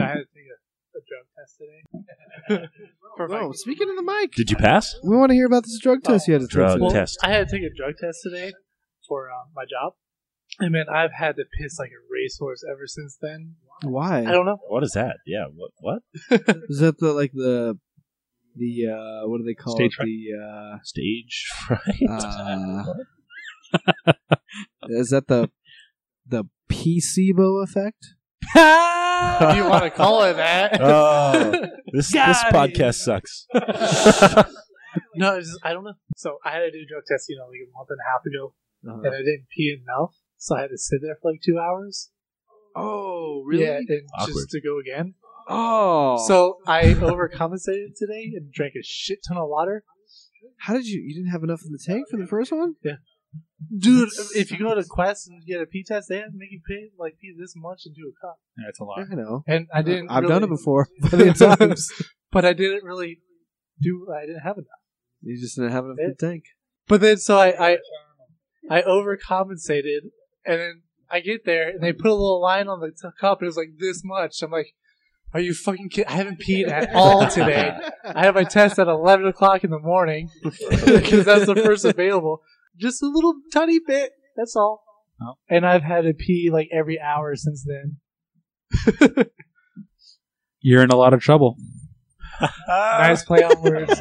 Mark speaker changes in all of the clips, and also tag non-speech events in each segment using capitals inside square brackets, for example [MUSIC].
Speaker 1: I had to take a, a drug test today. For my-
Speaker 2: Whoa, speaking of the mic,
Speaker 3: Did you pass?
Speaker 2: we want to hear about this drug
Speaker 1: Oh.
Speaker 2: test you had to take
Speaker 3: Drug
Speaker 2: today.
Speaker 3: test.
Speaker 1: I had to take a drug test today for um, my job. And man, I've had to piss like a racehorse ever since then. I
Speaker 2: Why?
Speaker 1: don't know.
Speaker 3: What is that? Yeah. What? What?
Speaker 2: Is that the like the the uh what do they call
Speaker 4: Stage
Speaker 2: it? The
Speaker 3: Stage [LAUGHS] fright.
Speaker 2: uh, uh
Speaker 1: [LAUGHS]
Speaker 2: is that the the placebo effect?
Speaker 1: Do you want to call it
Speaker 2: [LAUGHS]
Speaker 1: that?
Speaker 3: [LAUGHS] oh, this this
Speaker 1: Got
Speaker 3: podcast sucks.
Speaker 1: [LAUGHS] no, it's just, I don't know. So I had to do a drug test, you know, like a month and a half ago,
Speaker 2: Uh-huh.
Speaker 1: and I didn't pee enough, so I had to sit there for like two hours.
Speaker 2: Oh,
Speaker 1: Yeah, and
Speaker 3: Awkward.
Speaker 1: just to go again.
Speaker 2: Oh, so
Speaker 1: So I overcompensated today and drank a shit ton of water.
Speaker 2: how did you? You didn't have enough in the tank for the first one?
Speaker 1: Dude, if you go to Quest and get a pee test, they have to make you pay like pee this much and do a cup. Uh,
Speaker 4: That's a
Speaker 2: I
Speaker 4: lot.
Speaker 2: know.
Speaker 1: And I didn't.
Speaker 2: I've done it
Speaker 1: really- [LAUGHS]
Speaker 2: before. Plenty of times.
Speaker 1: but I didn't really do. I didn't have enough.
Speaker 2: you just didn't have enough in the tank.
Speaker 1: But then, so I, I, I overcompensated, and then I get there, and they put a little line on the t- cup, and it was like this much. I'm like, "Are you fucking kidding? I haven't peed at all
Speaker 2: [LAUGHS]
Speaker 1: today. I had my test at 11 o'clock in the morning [LAUGHS] because that's the
Speaker 4: [LAUGHS]
Speaker 1: first available. Just a little tiny bit. That's all.
Speaker 4: Oh.
Speaker 1: And I've had to pee like every hour since then.
Speaker 4: You're in a lot of trouble.
Speaker 3: Ah.
Speaker 4: Uh.
Speaker 1: Nice play on
Speaker 4: [LAUGHS]
Speaker 1: words.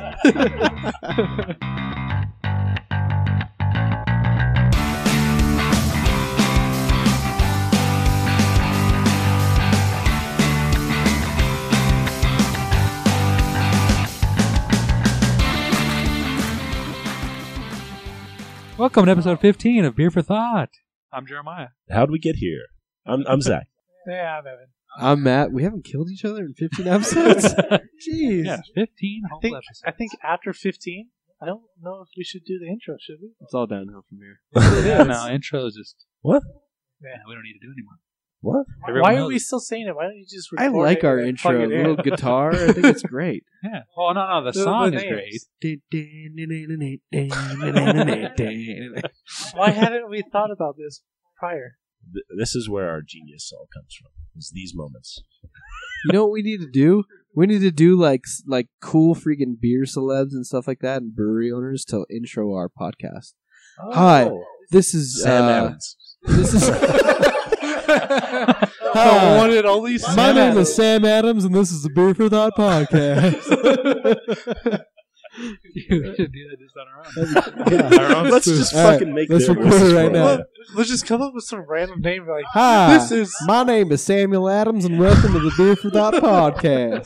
Speaker 4: Welcome to episode 15 of Beer for Thought. I'm Jeremiah.
Speaker 3: How'd we get here? I'm I'm Zach.
Speaker 1: yeah, I'm Evan.
Speaker 2: I'm Matt. We haven't killed each other in 15 [LAUGHS] episodes. Jeez.
Speaker 4: Yeah, 15 whole
Speaker 1: I think
Speaker 4: episodes.
Speaker 1: I think after 15, I don't know if we should do the intro, should we?
Speaker 2: It's all downhill from here.
Speaker 4: Yeah, no, intro is just.
Speaker 3: What?
Speaker 4: Yeah, we don't need to do it anymore.
Speaker 3: What?
Speaker 4: Everyone
Speaker 1: Why are
Speaker 4: knows
Speaker 1: we still saying it? Why don't you just?
Speaker 2: I
Speaker 1: record
Speaker 2: like
Speaker 1: it
Speaker 2: our
Speaker 1: and
Speaker 2: intro.
Speaker 1: plug
Speaker 2: A
Speaker 1: it in?
Speaker 2: little
Speaker 1: [LAUGHS]
Speaker 2: guitar. I think it's [LAUGHS] great.
Speaker 4: it. Yeah. Oh, no, no, the,
Speaker 1: The-
Speaker 4: song
Speaker 1: the
Speaker 4: is
Speaker 1: names.
Speaker 4: great.
Speaker 1: Why haven't we thought about this
Speaker 4: [LAUGHS]
Speaker 1: prior? [LAUGHS]
Speaker 3: Th- this is where our genius all comes from. Is these moments.
Speaker 2: You know what we need to do? We need to do like s- like cool freaking beer celebs and stuff like that and brewery owners to intro our podcast. Hi, this is
Speaker 3: Sam
Speaker 2: uh,
Speaker 3: Adams.
Speaker 2: This is Uh,
Speaker 1: The one and only.
Speaker 2: my
Speaker 1: Sam
Speaker 2: name is
Speaker 1: Adams.
Speaker 2: Sam Adams and this is the Beer for Thought podcast.
Speaker 4: [LAUGHS] we should do that just on our own.
Speaker 2: [LAUGHS]
Speaker 3: Let's just
Speaker 2: All right,
Speaker 3: fucking make
Speaker 2: let's
Speaker 3: their
Speaker 2: record it
Speaker 3: voices
Speaker 2: right
Speaker 3: roll.
Speaker 2: now.
Speaker 1: Let's just come up with some random name like
Speaker 2: Hi,
Speaker 1: this is.
Speaker 2: my name is Samuel Adams and welcome to the Beer for Thought podcast.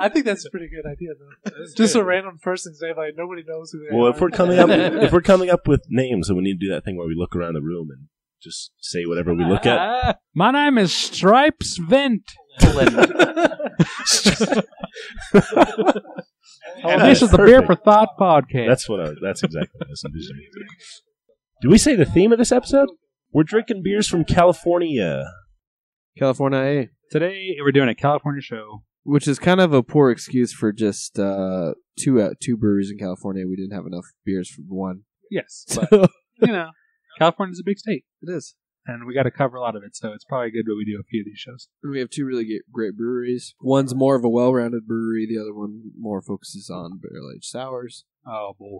Speaker 1: I think that's a pretty good idea
Speaker 3: [LAUGHS]
Speaker 1: though. Just a random person's name like nobody knows who they
Speaker 3: Well,
Speaker 1: are.
Speaker 3: if we're coming up, if we're coming up with names, then we need to do that thing where we look around the room and just say whatever we look at.
Speaker 4: Ah, [LAUGHS] my name is Stripes Vent. [LAUGHS] and this is the Beer for Thought podcast.
Speaker 3: That's what. I, that's exactly what I was envisioning. Did we say the theme of this episode? We're drinking beers from California.
Speaker 2: California A,
Speaker 4: Today, we're doing a California show.
Speaker 2: which is kind of a poor excuse for just uh, two uh, two breweries in California. We didn't have enough beers for one.
Speaker 4: Yes, but,
Speaker 2: So
Speaker 4: [LAUGHS]
Speaker 2: [LAUGHS]
Speaker 4: you know, California's a big state.
Speaker 2: it is.
Speaker 4: and we got to cover a lot of it. So it's probably good that we do a few of these shows.
Speaker 2: We have two really ge- great breweries. One's more of a well-rounded brewery. The other one more focuses on barrel-aged sours.
Speaker 4: Oh boy,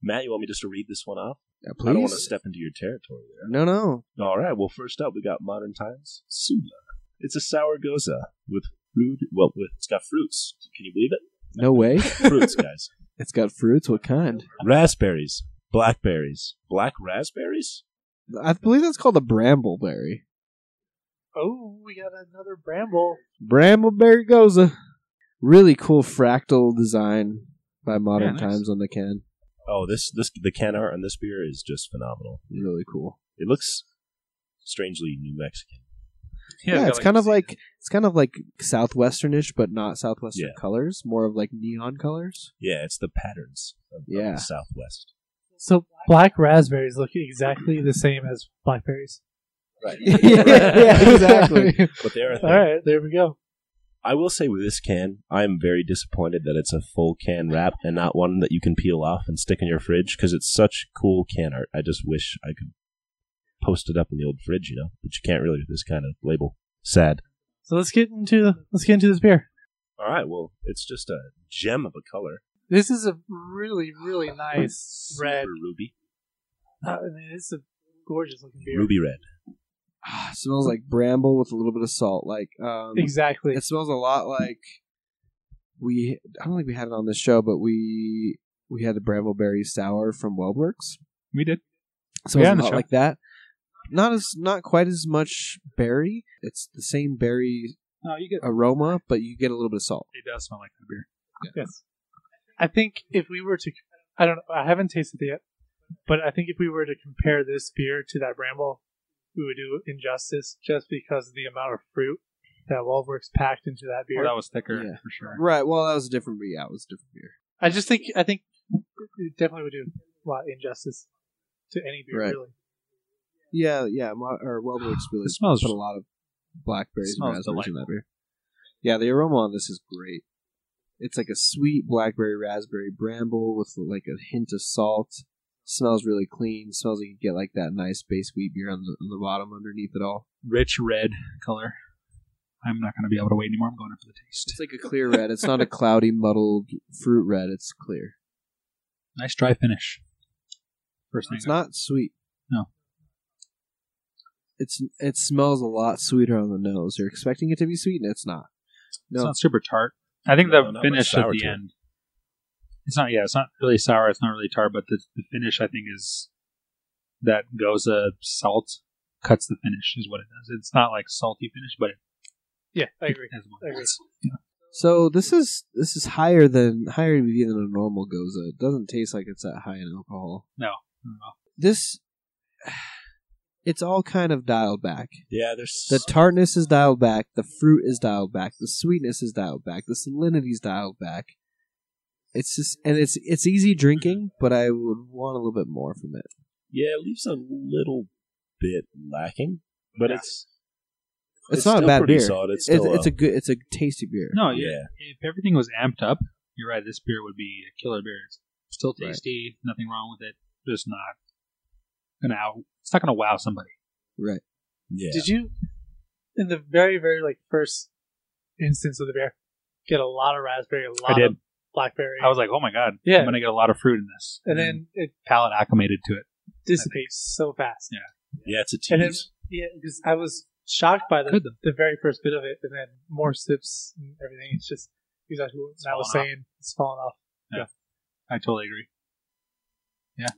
Speaker 3: Matt, you want me just to read this one off?
Speaker 2: Yeah,
Speaker 3: I don't want to
Speaker 2: please.
Speaker 3: step into your territory there.
Speaker 2: No, no.
Speaker 3: All right. Well, first up, we got Modern Times Sula. It's a sour goza with fruit. Well, with, it's got fruits. Can you believe it?
Speaker 2: No way.
Speaker 3: Fruits, guys.
Speaker 2: It's got fruits. What kind?
Speaker 3: raspberries, blackberries, black raspberries.
Speaker 2: I believe that's called a brambleberry.
Speaker 1: oh, we got another Bramble.
Speaker 2: Brambleberry goza. Really cool fractal design by Modern
Speaker 4: Yeah, nice.
Speaker 2: Times on the can.
Speaker 3: Oh, this this the can art on this beer is just phenomenal.
Speaker 2: Really cool.
Speaker 3: It looks strangely New Mexican.
Speaker 2: Yeah,
Speaker 4: we
Speaker 2: it's
Speaker 4: got,
Speaker 2: kind of like it's kind of like southwesternish, but not southwestern
Speaker 3: Yeah.
Speaker 2: colors. More of like neon colors.
Speaker 3: Yeah, it's the patterns of, of
Speaker 2: Yeah.
Speaker 3: the [LAUGHS] Southwest.
Speaker 1: So black raspberries look exactly the same as blackberries.
Speaker 2: [LAUGHS] yeah, exactly.
Speaker 1: [LAUGHS]
Speaker 2: [SIGHS]
Speaker 3: But they are. a thing.
Speaker 1: All right, there we go.
Speaker 3: I will say with this can, I am very disappointed that it's a full can wrap and not one that you can peel off and stick in your fridge because it's such cool can art. I just wish I could post it up in the old fridge, you know. But you can't really with this kind of label. Sad.
Speaker 1: So let's get into let's get into this beer.
Speaker 3: All right. Well, it's just a gem of a color.
Speaker 1: This is a really really nice
Speaker 3: Super
Speaker 1: red.
Speaker 3: ruby,
Speaker 1: Uh, I mean, it's a gorgeous looking beer.
Speaker 3: ruby red.
Speaker 2: Ah, smells like bramble with a little bit of salt. Like um,
Speaker 1: Exactly.
Speaker 2: It smells a lot like we. I don't think we had it on this show, but we we had a brambleberry sour from Wellworks.
Speaker 4: We did.
Speaker 2: It smells
Speaker 4: Yeah,
Speaker 2: a
Speaker 4: on the
Speaker 2: lot
Speaker 4: show.
Speaker 2: like that. Not as not quite as much berry. It's the same berry
Speaker 4: No, you get.
Speaker 2: aroma, but you get a little bit of salt.
Speaker 4: It does smell like that beer.
Speaker 1: Yes. I think if we were to, I don't, I haven't tasted it yet, but I think if we were to compare this beer to that Bramble, we would do injustice just because of the amount of fruit that Waldworks packed into that beer.
Speaker 4: Well, that was thicker
Speaker 2: Yeah.
Speaker 4: for sure.
Speaker 2: Right. Well, that was a different beer. Yeah, it was a different beer.
Speaker 1: I just think, I think it definitely would do a lot of injustice to any beer,
Speaker 2: Right.
Speaker 1: really.
Speaker 2: Yeah, yeah. Mo- or
Speaker 4: [SIGHS]
Speaker 2: Wellworks really
Speaker 4: It smells-
Speaker 2: put a lot of blackberries and
Speaker 4: smells
Speaker 2: raspberries in that beer. Yeah, the aroma on this is great. It's like a sweet blackberry raspberry bramble with like a hint of salt. Smells really clean. Smells like you get like that nice base wheat beer on the on the bottom underneath it all.
Speaker 4: Rich red color. I'm not going to be able to wait anymore. I'm going in for the taste.
Speaker 2: It's like a clear red. It's not a cloudy, muddled fruit red. It's clear.
Speaker 4: Nice dry finish. First thing.
Speaker 2: It's not sweet.
Speaker 4: No.
Speaker 2: It's it smells a lot sweeter on the nose. You're expecting it to be sweet, and it's not.
Speaker 4: It's
Speaker 2: No.
Speaker 4: not super tart. I think
Speaker 3: No, not
Speaker 4: the
Speaker 3: much
Speaker 4: finish at
Speaker 3: sour
Speaker 4: the
Speaker 3: to it.
Speaker 4: end. It's not. Yeah, it's not really sour. It's not really tart, but the, the finish I think is that goza salt cuts the finish is what it does. It's not like salty finish, but it
Speaker 1: Yeah, I agree.
Speaker 4: has one.
Speaker 1: I agree.
Speaker 2: So this is this is higher than higher ABV than a normal goza. It doesn't taste like it's that high in alcohol.
Speaker 4: I don't know.
Speaker 2: This, [SIGHS] it's all kind of dialed back.
Speaker 3: Yeah, there's
Speaker 2: The tartness is dialed back. The fruit is dialed back. The sweetness is dialed back. The salinity is dialed back. It's just and it's it's easy drinking, but I would want a little bit more from it.
Speaker 3: yeah, it leaves a little bit lacking, but it's
Speaker 2: It's, not a
Speaker 3: still
Speaker 2: bad
Speaker 3: pretty
Speaker 2: beer.
Speaker 3: Solid. It's
Speaker 2: It's,
Speaker 3: still um,
Speaker 2: it's a good it's a tasty beer.
Speaker 1: Oh,
Speaker 4: No, yeah.
Speaker 3: yeah.
Speaker 4: If everything was amped up, you're right. This beer would be a killer beer. It's still
Speaker 2: Right.
Speaker 4: tasty. Nothing wrong with it. Just not gonna out. It's not gonna wow somebody.
Speaker 2: Right.
Speaker 3: yeah.
Speaker 1: Did you, in the very, very like first instance of the beer, get a lot of raspberry, a lot
Speaker 4: I did.
Speaker 1: of blackberry,
Speaker 4: I was like, oh my god.
Speaker 1: Yeah.
Speaker 4: I'm gonna get a lot of fruit in this.
Speaker 1: and then it
Speaker 4: palate acclimated to it.
Speaker 1: dissipates so fast.
Speaker 3: Yeah, it's a
Speaker 1: And then,
Speaker 3: tease.
Speaker 1: yeah, because I was shocked by the,
Speaker 4: Good, though.
Speaker 1: the very first bit of it, and then more sips and everything. It's just exactly what I was
Speaker 4: falling off.
Speaker 1: saying. It's falling off.
Speaker 4: I totally agree.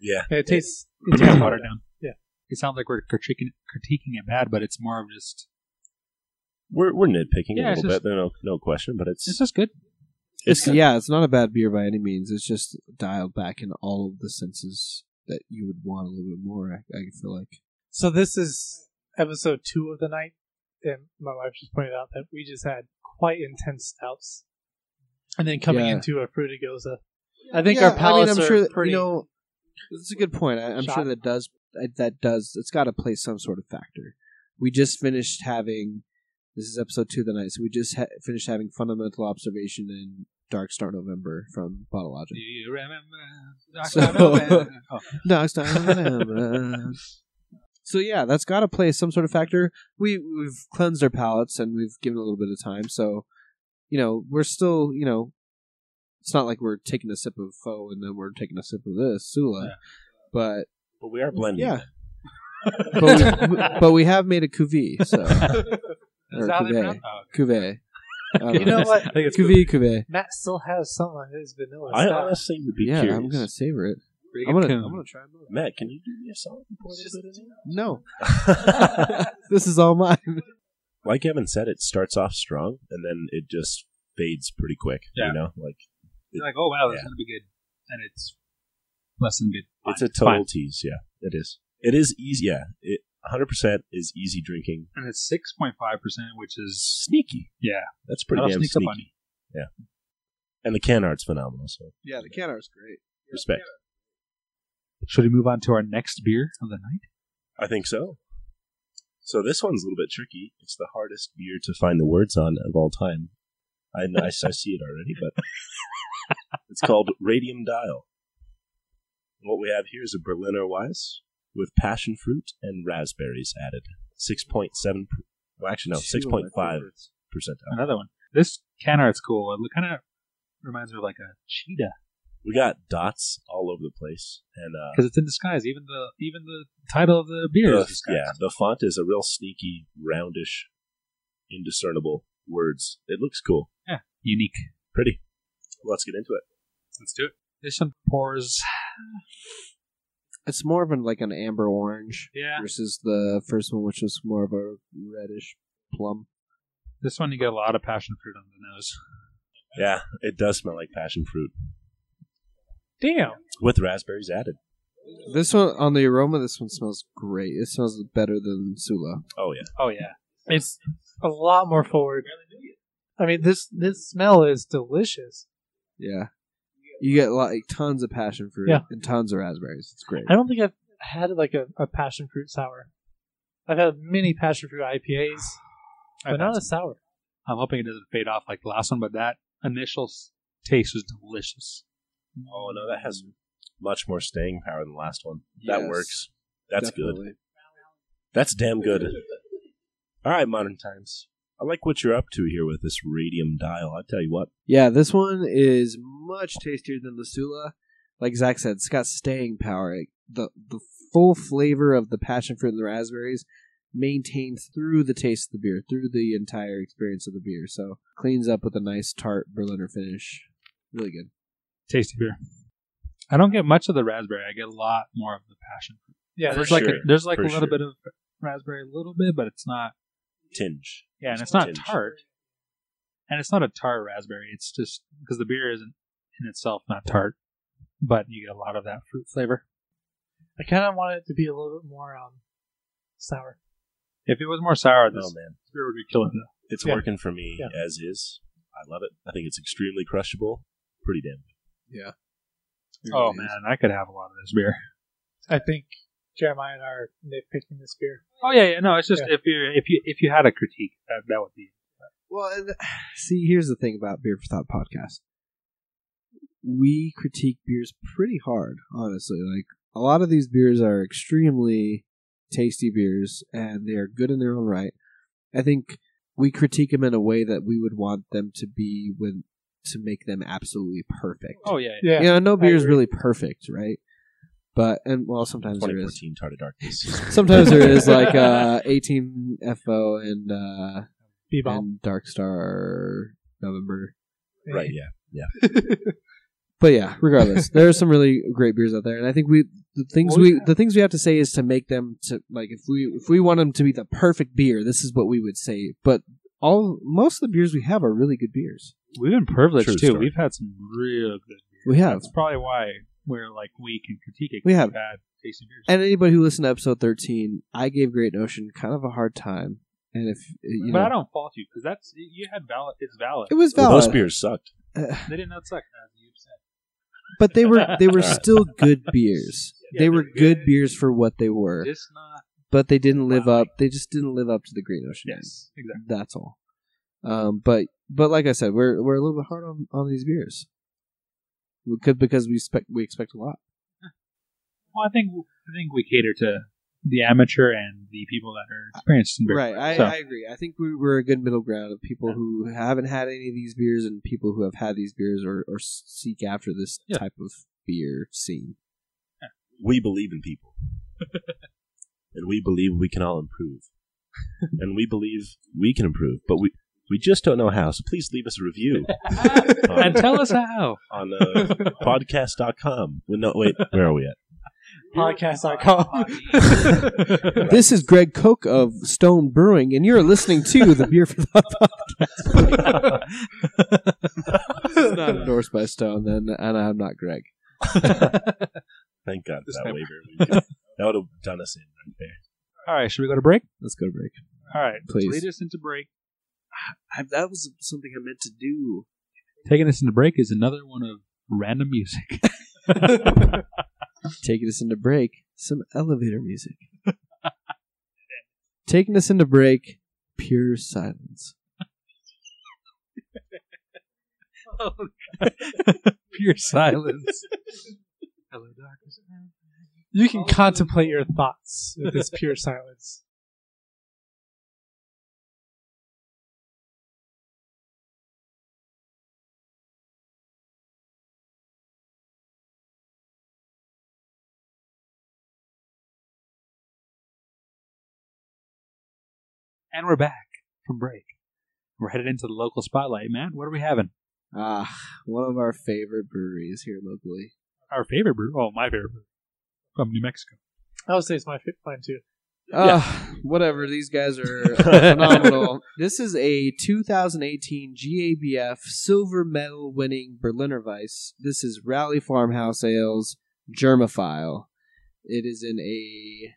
Speaker 3: Yeah,
Speaker 1: And it tastes. It
Speaker 4: It's
Speaker 1: tastes
Speaker 4: watered
Speaker 1: watered down.
Speaker 4: down.
Speaker 1: Yeah.
Speaker 4: It sounds like we're critiquing, critiquing it bad, but it's more of just
Speaker 3: we're we're nitpicking
Speaker 4: Yeah,
Speaker 3: a
Speaker 4: it's
Speaker 3: little
Speaker 4: just-
Speaker 3: bit. No, no question, but it's
Speaker 4: it's just good.
Speaker 2: It's,
Speaker 3: it's
Speaker 2: yeah, it's not a bad beer by any means. It's just dialed back in all of the senses that you would want a little bit more. I, I feel like.
Speaker 1: So this is episode two of the night, and my wife just pointed out that we just had quite intense stouts, and then coming
Speaker 2: Yeah.
Speaker 1: into a fruity goza. I think
Speaker 2: Yeah,
Speaker 1: our palates
Speaker 2: I'm
Speaker 1: are
Speaker 2: sure that,
Speaker 1: pretty.
Speaker 2: You know, that's a good point. I, I'm
Speaker 1: shot.
Speaker 2: sure that does that- that does it's got to play some sort of factor. We just finished having this is episode two of the night, so we just ha- finished having fundamental observation in Dark Star November from Bottle
Speaker 4: Do
Speaker 2: Logic.
Speaker 4: you [LAUGHS] remember?
Speaker 2: So-
Speaker 4: Oh,
Speaker 2: Dark Star November. So yeah, that's got to play some sort of factor. We we've cleansed our palates and we've given it a little bit of time, so you know we're still you know it's not like we're taking a sip of foe and then we're taking a sip of this Sula,
Speaker 4: Yeah.
Speaker 2: but
Speaker 3: but we are blending.
Speaker 2: Yeah.
Speaker 3: it.
Speaker 2: but, we, we- but we have made a cuvee, so
Speaker 1: Is
Speaker 2: or
Speaker 1: that how they
Speaker 2: cuvee,
Speaker 1: pronounce
Speaker 4: oh,
Speaker 2: cuvee. Um,
Speaker 1: You know what?
Speaker 4: [LAUGHS] I think it's
Speaker 2: Cuvee, cuvee.
Speaker 1: Matt still has some on his vanilla.
Speaker 3: I
Speaker 1: stout.
Speaker 3: honestly would be
Speaker 2: Yeah,
Speaker 3: curious.
Speaker 2: I'm gonna savor it.
Speaker 4: pretty
Speaker 2: I'm
Speaker 4: good
Speaker 2: gonna,
Speaker 4: coon.
Speaker 2: I'm gonna try mine.
Speaker 3: Matt, can you do me a solid? and pour a
Speaker 1: It's
Speaker 3: little bit in
Speaker 2: No,
Speaker 3: there? [LAUGHS]
Speaker 2: this is all mine.
Speaker 3: like Evan said, it starts off strong and then it just fades pretty quick.
Speaker 4: Yeah.
Speaker 3: You know, like
Speaker 4: You're like, oh wow, that's
Speaker 3: Yeah.
Speaker 4: gonna be good, and it's less than good. Fine.
Speaker 3: it's a total
Speaker 4: Fine.
Speaker 3: tease. Yeah, it is. It is easy. Yeah, it 100 percent is easy drinking.
Speaker 4: and it's six point five percent, which is
Speaker 3: Sneaky.
Speaker 4: yeah,
Speaker 3: That's pretty
Speaker 4: that'll
Speaker 3: damn
Speaker 4: sneak
Speaker 3: sneaky.
Speaker 4: up on you.
Speaker 3: And the can art's phenomenal. So
Speaker 2: Yeah, the can art's great.
Speaker 3: respect.
Speaker 4: Should we move on to our next beer of the night?
Speaker 3: I think so. So this one's a little bit tricky. It's the hardest beer to find the words on of all time. I, I, I see it already, but it's called Radium Dial. And what we have here is a Berliner Weiss with passion fruit and raspberries added. Six point seven. Well, actually, no, six point five percentile.
Speaker 4: Another one. This can art's cool. It kind of reminds me of like a cheetah
Speaker 3: We got dots all over the place, and uh,
Speaker 4: because it's in disguise. Even the even the title of the beer is
Speaker 3: the-
Speaker 4: disguised.
Speaker 3: yeah, the font is a real sneaky, roundish, indiscernible words. It looks cool,
Speaker 4: Unique.
Speaker 3: pretty. Let's get into it.
Speaker 4: Let's do it. This one pours.
Speaker 2: It's more of an like an amber orange
Speaker 4: Yeah.
Speaker 2: versus the first one, which was more of a reddish plum.
Speaker 4: This one you get a lot of passion fruit on the nose.
Speaker 3: Yeah, it does smell like passion fruit
Speaker 1: Damn.
Speaker 3: with raspberries added.
Speaker 2: This one on the aroma, this one smells great. It smells better than Sula.
Speaker 3: Oh yeah,
Speaker 4: Oh yeah.
Speaker 1: It's a lot more forward. I mean, this this smell is delicious.
Speaker 2: Yeah, you get like tons of passion fruit
Speaker 1: Yeah.
Speaker 2: and tons of raspberries. It's great.
Speaker 1: I don't think I've had like a, a passion fruit sour. I've had many passion fruit IPAs,
Speaker 4: I've
Speaker 1: but not
Speaker 4: had
Speaker 1: a sour.
Speaker 4: some. I'm hoping it doesn't fade off like the last one, but that initial s- taste was delicious.
Speaker 3: Oh, no, that has- much more staying power than the last one. That
Speaker 2: Yes,
Speaker 3: works. That's good.
Speaker 2: definitely.
Speaker 3: That's damn good. [LAUGHS] All right, modern times. I like what you're up to here with this radium dial. I tell you what,
Speaker 2: Yeah, this one is much tastier than the Sula. Like Zach said, it's got staying power. It- the the full flavor of the passion fruit and the raspberries maintained through the taste of the beer, through the entire experience of the beer. So cleans up with a nice tart Berliner finish. Really good.
Speaker 4: Tasty beer. I don't get much of the raspberry. I get a lot more of the passion fruit.
Speaker 1: Yeah,
Speaker 3: For
Speaker 4: there's
Speaker 1: there's
Speaker 3: sure.
Speaker 4: like a, there's like
Speaker 3: for
Speaker 4: a little
Speaker 3: sure.
Speaker 4: bit of raspberry, a little bit, but it's not.
Speaker 3: tinge.
Speaker 4: Yeah, and it's
Speaker 3: Just
Speaker 4: not
Speaker 3: tinge.
Speaker 4: tart, and it's not a tart raspberry. It's just because the beer isn't in itself not tart, but you get a lot of that fruit flavor.
Speaker 1: I kind of want it to be a little bit more um, sour.
Speaker 4: If it was more sour, this
Speaker 3: Oh man,
Speaker 4: beer would be killing it.
Speaker 3: it's
Speaker 1: Yeah.
Speaker 3: working for me
Speaker 1: Yeah.
Speaker 3: as is. I love it. I think it's extremely crushable. Pretty damn. good.
Speaker 4: Oh man, I could have a lot of this beer.
Speaker 1: I think Jeremiah and I are nitpicking this beer.
Speaker 4: Oh yeah, yeah. No, it's just
Speaker 1: Yeah.
Speaker 4: if you if you if you had a critique, that, that would be.
Speaker 2: Well, and, [SIGHS] see, here's the thing about Beer for Thought podcast. We critique beers pretty hard, honestly. Like a lot of these beers are extremely tasty beers, and they are good in their own right. I think we critique them in a way that we would want them to be when to make them absolutely perfect.
Speaker 4: Oh yeah, yeah.
Speaker 1: Yeah,
Speaker 2: you know, no beer is
Speaker 1: agree.
Speaker 2: really perfect, right? But and well, sometimes there is.
Speaker 3: 2014 Tart of Darkness.
Speaker 2: Sometimes there is
Speaker 1: [LAUGHS]
Speaker 2: like uh, 18 FO and uh,
Speaker 1: Bebop.
Speaker 2: and Dark Star November.
Speaker 3: right? Yeah.
Speaker 2: But yeah, regardless, there are some really [LAUGHS] great beers out there, and I think we the things
Speaker 1: Oh,
Speaker 2: we
Speaker 1: yeah.
Speaker 2: the things we have to say is to make them to like if we if we want them to be the perfect beer, this is what we would say. But all most of the beers we have are really good beers.
Speaker 4: We've been privileged
Speaker 3: True
Speaker 4: too.
Speaker 3: story.
Speaker 4: We've had some real good. beer.
Speaker 2: We have.
Speaker 4: That's probably why we're like we can critique it.
Speaker 2: We
Speaker 4: 'cause
Speaker 2: have.
Speaker 4: we've had tasty beers.
Speaker 2: And anybody who listened to episode thirteen, I gave Great Notion kind of a hard time, and if you
Speaker 4: but I
Speaker 2: know,
Speaker 4: don't fault you because that's you had valid. It's valid.
Speaker 2: it was
Speaker 3: Well,
Speaker 2: valid,
Speaker 3: those beers sucked.
Speaker 4: They did not suck. As you said.
Speaker 2: but they were
Speaker 3: [LAUGHS]
Speaker 2: they were still good beers. they
Speaker 4: Yeah, they're
Speaker 2: were
Speaker 4: good.
Speaker 2: good beers for what they were,
Speaker 4: Just not.
Speaker 2: but they didn't live
Speaker 4: Wow.
Speaker 2: up. They just didn't live up to the Great Notion.
Speaker 4: Yes, exactly.
Speaker 2: That's all. Um, but but like I said, we're we're a little bit hard on, on these beers. We could because we expect we expect a lot.
Speaker 4: Well, I think I think we cater to the amateur and the people that are experienced in beer.
Speaker 2: I,
Speaker 4: So-
Speaker 2: I agree. I think we, we're a good middle ground of people who haven't had any of these beers and people who have had these beers or, or seek after this
Speaker 4: Yeah.
Speaker 2: type of beer scene.
Speaker 3: We believe in people, and we believe we can all improve, and we believe we can improve, but we we just don't know how. So please leave us a review
Speaker 4: and tell us
Speaker 2: [LAUGHS]
Speaker 4: how.
Speaker 3: on uh, podcast.com. Well, no, wait, where are we at?
Speaker 1: Podcast.com.
Speaker 2: [LAUGHS]
Speaker 4: [LAUGHS]
Speaker 2: This is Greg Koch of Stone Brewing, and you're listening to the Beer for
Speaker 4: [LAUGHS]
Speaker 2: Thought podcast. this is not endorsed by Stone, then, and I'm not Greg.
Speaker 3: Thank God for
Speaker 4: This
Speaker 3: that
Speaker 4: time.
Speaker 3: waiver. We could- that would have done us in right there.
Speaker 4: All right, should we go to break?
Speaker 2: Let's go to break.
Speaker 4: All right,
Speaker 2: Please.
Speaker 4: lead us into break.
Speaker 2: I, that was something I meant to do.
Speaker 4: Taking us into break is another one of random music.
Speaker 2: Taking us into break, some elevator music. Taking us into break, pure silence.
Speaker 4: [LAUGHS] Pure silence. Hello, darkness.
Speaker 1: You can contemplate your thoughts with [LAUGHS] this pure silence.
Speaker 4: And we're back from break. We're headed into the local spotlight. Matt, what are we having?
Speaker 2: Ah, one of our favorite breweries here locally.
Speaker 4: Our favorite brew. Oh, my favorite brew. From New Mexico.
Speaker 1: I would say it's my fi- mine too.
Speaker 2: Ah, whatever. These guys are uh, phenomenal. This is a 2018 GABF silver medal winning Berliner Weiss. This is Rally Farmhouse Ales Germophile. It is in a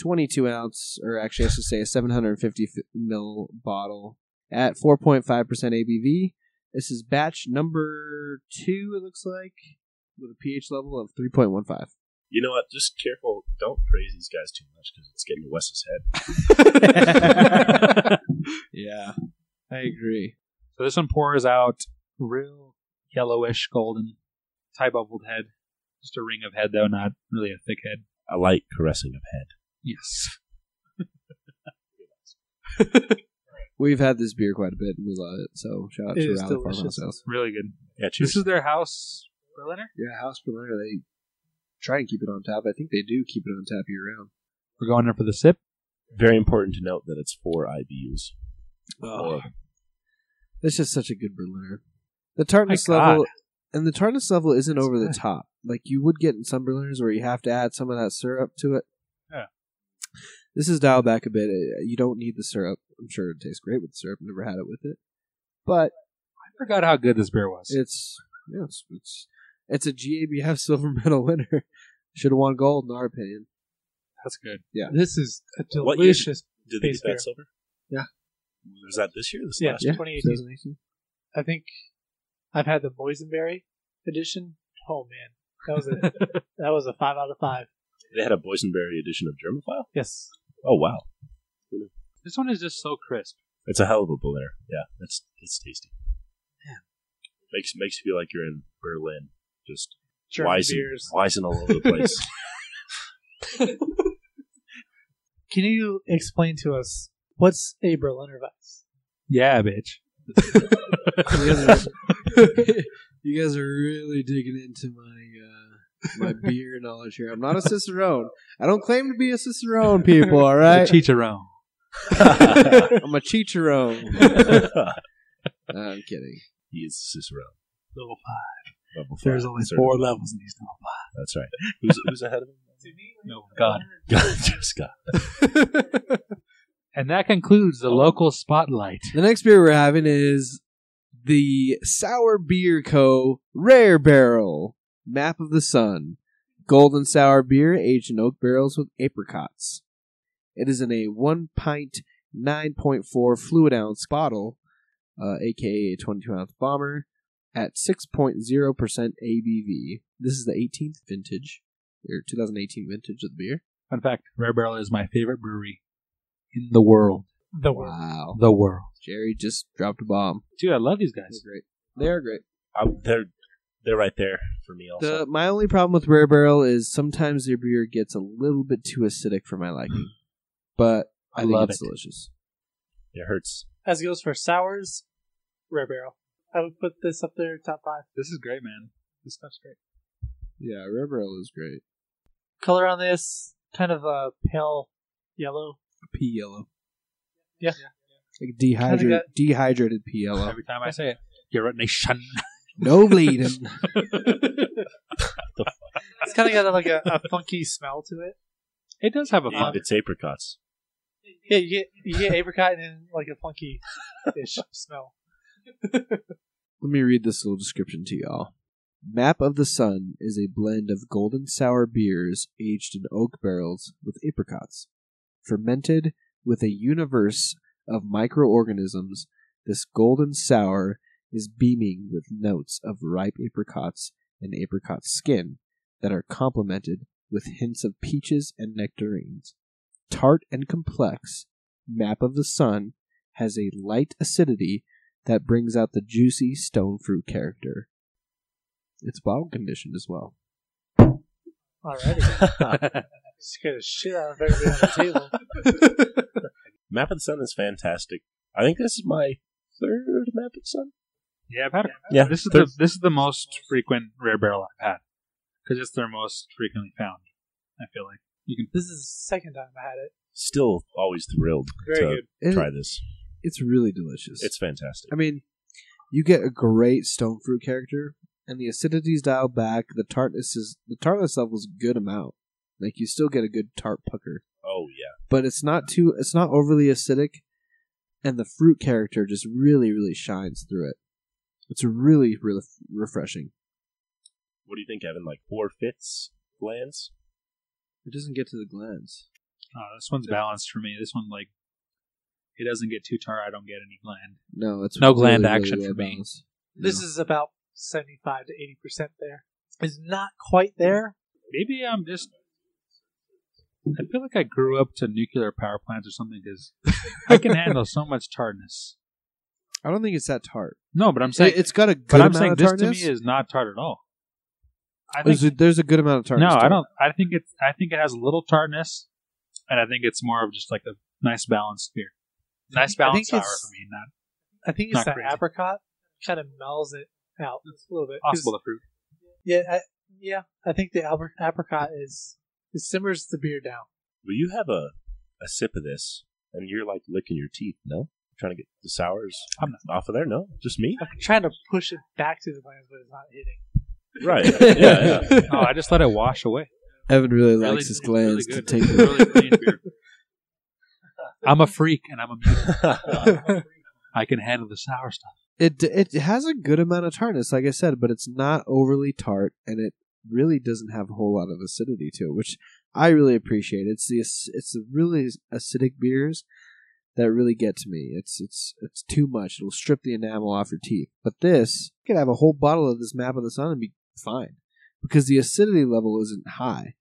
Speaker 2: 22 ounce, or actually, I should say a 750 f- ml bottle at 4.5% ABV. This is batch number two, it looks like, with a pH level of 3.15.
Speaker 3: You know what? Just careful. Don't praise these guys too much because it's getting to Wes's head.
Speaker 2: [LAUGHS] yeah, I agree.
Speaker 4: So this one pours out real yellowish golden, tie bubbled head. Just a ring of head, though, not really a thick head.
Speaker 3: I like caressing of head.
Speaker 4: Yes.
Speaker 2: We've had this beer quite a bit and we love it. So shout out
Speaker 1: It
Speaker 2: to
Speaker 1: is
Speaker 2: Rally Farmhouse
Speaker 1: delicious.
Speaker 2: Sales.
Speaker 4: Really good.
Speaker 3: Yeah,
Speaker 4: This
Speaker 3: cheers.
Speaker 4: is their house Berliner.
Speaker 2: Yeah, House Berliner, they try and keep it on tap. I think they do keep it on tap year round.
Speaker 4: We're going in for the sip.
Speaker 3: Very important to note that it's four IBUs. Ah,
Speaker 2: Oh. That's just such a good Berliner. The tartness
Speaker 4: My God.
Speaker 2: level and the tartness level isn't over the top. Like you would get in some Berliners where you have to add some of that syrup to it.
Speaker 4: Yeah.
Speaker 2: This is dialed back a bit. Uh, You don't need the syrup. I'm sure it tastes great with the syrup. Never had it with it. But
Speaker 4: I forgot how good this beer was.
Speaker 2: It's yeah, it's it's, it's a GABF [LAUGHS] silver medal winner. Should have won gold in our opinion.
Speaker 4: That's good.
Speaker 1: This is a
Speaker 3: What year-
Speaker 1: delicious.
Speaker 3: Did they
Speaker 1: Space
Speaker 3: get
Speaker 1: bear.
Speaker 3: that silver?
Speaker 2: Yeah.
Speaker 3: Was that this year? or This
Speaker 1: Yeah.
Speaker 3: last
Speaker 1: Yeah. 2018.
Speaker 2: 2018.
Speaker 1: I think I've had the boysenberry edition. Oh man, that was a that was a five out of five.
Speaker 3: They had a boysenberry edition of Germophile.
Speaker 1: Yes,
Speaker 3: Oh wow,
Speaker 4: This one is just so crisp.
Speaker 3: it's a hell of a Berliner. Yeah, that's it's tasty. Yeah, makes makes you feel like you're in Berlin, just
Speaker 1: German
Speaker 3: wising,
Speaker 1: beers.
Speaker 3: wising all over the [LAUGHS] place.
Speaker 1: Can you explain to us what's a Berliner Weiss?
Speaker 4: Yeah, bitch.
Speaker 2: You guys, are, [LAUGHS] you guys are really digging into my uh, my beer knowledge here. I'm not a cicerone. I don't claim to be a cicerone, people. All right,
Speaker 4: It's a chicharron.
Speaker 2: I'm a chicharone. No, I'm kidding.
Speaker 3: he is Cicero.
Speaker 4: Level
Speaker 3: Level five.
Speaker 4: There's only
Speaker 3: Cicero.
Speaker 4: four levels in these level five.
Speaker 3: That's right. Who's, who's [LAUGHS] ahead of him?
Speaker 4: No, God.
Speaker 3: just got
Speaker 4: And that concludes the local spotlight.
Speaker 2: The next beer we're having is the Sour Beer Co. Rare Barrel Map of the Sun Golden Sour Beer aged in oak barrels with apricots. It is in a one pint, nine point four fluid ounce bottle, uh, aka a twenty two ounce bomber, at six point zero percent ABV. This is the eighteenth vintage or two thousand eighteen vintage of the beer.
Speaker 4: Fun fact Rare Barrel is my favorite brewery in the world.
Speaker 1: The word.
Speaker 2: Wow,
Speaker 4: The world.
Speaker 2: Jerry just dropped a bomb.
Speaker 4: Dude, I love these
Speaker 2: They're
Speaker 4: guys.
Speaker 2: great. They are great.
Speaker 3: I'm, Um, they're they're right there for me also.
Speaker 2: The, my only problem with Rare Barrel is sometimes their beer gets a little bit too acidic for my liking, but Mm. I,
Speaker 4: I
Speaker 2: think
Speaker 4: love
Speaker 2: it's
Speaker 4: it.
Speaker 2: delicious.
Speaker 3: it hurts.
Speaker 1: As goes for sours, Rare Barrel. I would put this up there top five.
Speaker 4: This is great, man. This stuff's great.
Speaker 2: Yeah, Rare Barrel is great.
Speaker 1: Color on this kind of a pale yellow.
Speaker 2: Pea yellow,
Speaker 1: Yeah,
Speaker 2: like dehydrated,
Speaker 1: got-
Speaker 2: dehydrated pea
Speaker 1: [LAUGHS]
Speaker 2: yellow.
Speaker 4: Every time I say it, you're a nation.
Speaker 1: [LAUGHS]
Speaker 2: no bleeding.
Speaker 1: it's kind of got like a, a funky smell to it.
Speaker 4: It does have a
Speaker 3: And
Speaker 4: fun.
Speaker 3: it's apricots.
Speaker 1: Yeah, you get you get apricot and then like a funky ish smell.
Speaker 2: Let me read this little description to y'all. Map of the Sun is a blend of golden sour beers aged in oak barrels with apricots. Fermented with a universe of microorganisms, this golden sour is beaming with notes of ripe apricots and apricot skin that are complemented with hints of peaches and nectarines. Tart and complex, Map of the Sun has a light acidity that brings out the juicy stone fruit character. It's bottle conditioned as well.
Speaker 4: [LAUGHS]
Speaker 1: Alrighty, scared the shit out of everybody on the table.
Speaker 3: Map of the Sun is fantastic. I think this is my third Map of the Sun.
Speaker 4: [LAUGHS] yeah, I've had it.
Speaker 3: Yeah,
Speaker 4: [LAUGHS] This is
Speaker 3: third.
Speaker 4: the this is the most frequent Rare Barrel I've had because it's their most frequently found. I feel like you can
Speaker 1: This is the second time I had it.
Speaker 3: Still always thrilled
Speaker 1: Very
Speaker 3: to
Speaker 1: good.
Speaker 2: It-
Speaker 3: try this.
Speaker 2: It's really delicious.
Speaker 3: It's fantastic.
Speaker 2: I mean, you get a great stone fruit character, and the acidity's dialed back. The tartness is the tartness level is a good amount. Like you still get a good tart pucker,
Speaker 3: oh yeah,
Speaker 2: but it's not too. It's not overly acidic, and the fruit character just really, really shines through it. It's really, really refreshing.
Speaker 3: what do you think, Evan? Like four fifths glands?
Speaker 2: It doesn't get to the glands.
Speaker 4: Uh, this one's balanced for me. This one, like, it doesn't get too tart. I don't get any gland.
Speaker 2: No, it's
Speaker 4: No
Speaker 2: really,
Speaker 4: gland
Speaker 2: really
Speaker 4: action
Speaker 2: well
Speaker 4: for me.
Speaker 2: balanced.
Speaker 1: This is about seventy-five to eighty percent there. It's not quite there.
Speaker 4: Maybe I'm just. I feel like I grew up to nuclear power plants or something because [LAUGHS] I can handle so much tartness.
Speaker 2: I don't think it's that tart.
Speaker 4: No, but I'm saying,
Speaker 2: it's got a good
Speaker 4: but I'm
Speaker 2: amount
Speaker 4: saying
Speaker 2: of
Speaker 4: this to
Speaker 2: tartness.
Speaker 4: me is not tart at all. I think
Speaker 2: there's, a, there's a good amount of tartness.
Speaker 4: no,
Speaker 2: to
Speaker 4: I
Speaker 2: it.
Speaker 4: don't. I think it's. I think it has a little tartness, and I think it's more of just like a nice balanced beer. Nice
Speaker 1: I think
Speaker 4: balanced sour
Speaker 1: it's-
Speaker 4: for me. Not
Speaker 1: I think it's
Speaker 4: Not
Speaker 1: that
Speaker 4: crazy.
Speaker 1: apricot kind of mellows it out a little bit. 'Cause-
Speaker 4: possible to prove.
Speaker 1: Yeah, I, yeah. I think the Albert apricot is it simmers the beer down.
Speaker 3: Will you have a a sip of this, and you're like licking your teeth? No, trying to get the sours
Speaker 4: I'm not.
Speaker 3: off of there. No,
Speaker 1: [LAUGHS]
Speaker 3: just me.
Speaker 1: I'm trying to push it back to the glands, but it's not hitting.
Speaker 3: right? Yeah, yeah.
Speaker 4: No, I just let it wash away.
Speaker 2: Evan really
Speaker 4: Really-
Speaker 2: likes his
Speaker 4: it's really
Speaker 2: glands
Speaker 4: good.
Speaker 2: to take.
Speaker 4: [LAUGHS] It's a really clean
Speaker 2: [LAUGHS]
Speaker 4: beer. I'm a freak, and I'm a. I can handle the sour stuff.
Speaker 2: It it has a good amount of tartness, like I said, but it's not overly tart, and it really doesn't have a whole lot of acidity to it, which I really appreciate. It's the ac- it's the really acidic beers that really get to me. It's it's it's too much. It'll strip the enamel off your teeth. But this, you could have a whole bottle of this Map of the Sun and be fine, because the acidity level isn't high.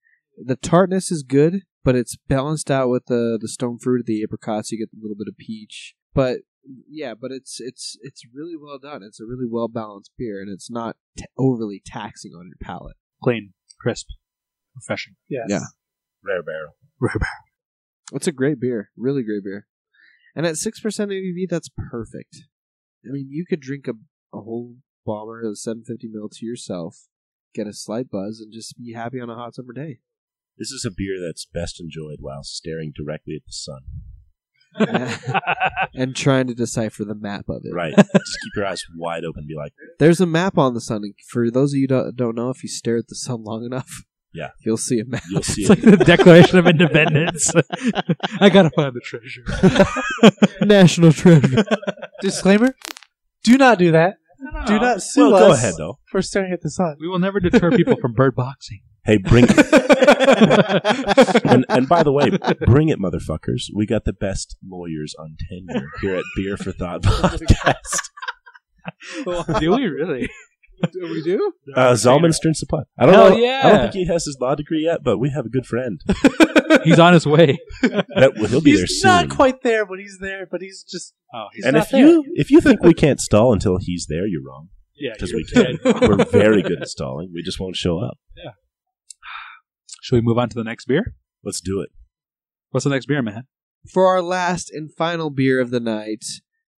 Speaker 2: The tartness is good, but it's balanced out with the the stone fruit, the apricots. You get a little bit of peach, but yeah, but it's it's it's really well done. It's a really well balanced beer, and it's not t- overly taxing on your palate.
Speaker 4: Clean, crisp, refreshing.
Speaker 1: Yes.
Speaker 2: Yeah.
Speaker 3: Rare barrel.
Speaker 2: It's a great beer, really great beer, and at six percent ABV, that's perfect. I mean, you could drink a a whole bomber of seven fifty mil to yourself, get a slight buzz, and just be happy on a hot summer
Speaker 3: [LAUGHS]
Speaker 2: day.
Speaker 3: This is a beer that's best enjoyed while staring directly at the sun.
Speaker 2: and trying to decipher the map of it.
Speaker 3: Right. Just keep your eyes wide open. Be like,
Speaker 2: There's a map on the sun. And for those of you that don't know, if you stare at the sun long enough,
Speaker 3: Yeah.
Speaker 2: you'll see a map. [LAUGHS]
Speaker 3: you'll see
Speaker 4: It's
Speaker 3: it.
Speaker 4: like the Declaration of Independence. [LAUGHS] I gotta find the treasure.
Speaker 2: National treasure.
Speaker 1: [LAUGHS] Disclaimer: Do not do that. Do not sue
Speaker 3: Uh, Well,
Speaker 1: us
Speaker 3: go ahead though.
Speaker 1: for staring at the sun.
Speaker 4: We will never deter people from bird [LAUGHS] boxing.
Speaker 1: [LAUGHS]
Speaker 3: Hey, bring it. and, and by the way, bring it, motherfuckers. We got the best lawyers on tenure here at Beer for
Speaker 1: [LAUGHS]
Speaker 3: Thought Uh, podcast.
Speaker 4: Do we really?
Speaker 2: we do.
Speaker 3: Uh, Zalman Stern Supply. I don't
Speaker 4: Hell
Speaker 3: know. I
Speaker 4: yeah.
Speaker 3: don't think he has his law degree yet, but we have a good friend.
Speaker 4: He's on his way.
Speaker 3: That, he'll be
Speaker 1: he's
Speaker 3: there soon.
Speaker 1: not quite there, but he's there. But he's just
Speaker 4: Oh, he's
Speaker 3: and
Speaker 1: not
Speaker 3: if you if you think we can't stall until he's there, you're wrong.
Speaker 4: yeah.
Speaker 3: Because
Speaker 4: you're
Speaker 3: we can.
Speaker 4: dead.
Speaker 3: We're very good at stalling. We just won't show up.
Speaker 4: Should we move on to the next beer?
Speaker 3: Let's do it.
Speaker 4: What's the next beer, man?
Speaker 2: For our last and final beer of the night,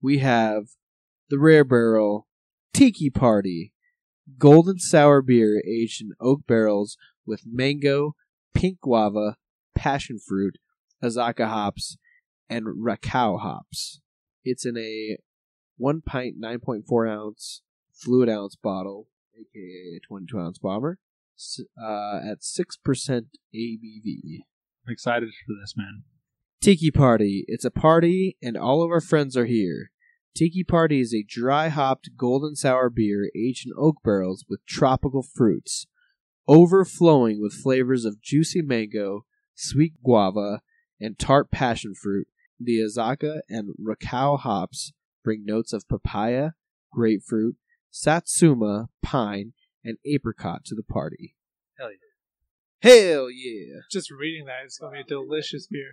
Speaker 2: we have the Rare Barrel Tiki Party Golden Sour Beer aged in oak barrels with mango, pink guava, passion fruit, Azaka hops, and Rakau hops. It's in a one pint, 9.4 ounce fluid ounce bottle, aka a 22 ounce bomber, s- uh, at 6% ABV.
Speaker 4: I'm excited for this, man.
Speaker 2: Tiki Party. It's a party, and all of our friends are here. Tiki Party is a dry hopped golden sour beer aged in oak barrels with tropical fruits, overflowing with flavors of juicy mango, sweet guava, and tart passion fruit. The Azaka and Rakau hops bring notes of papaya, grapefruit, satsuma, pine, and apricot to the party.
Speaker 4: Hell
Speaker 2: yeah. Hell yeah.
Speaker 1: just reading that. It's gonna be a delicious beer.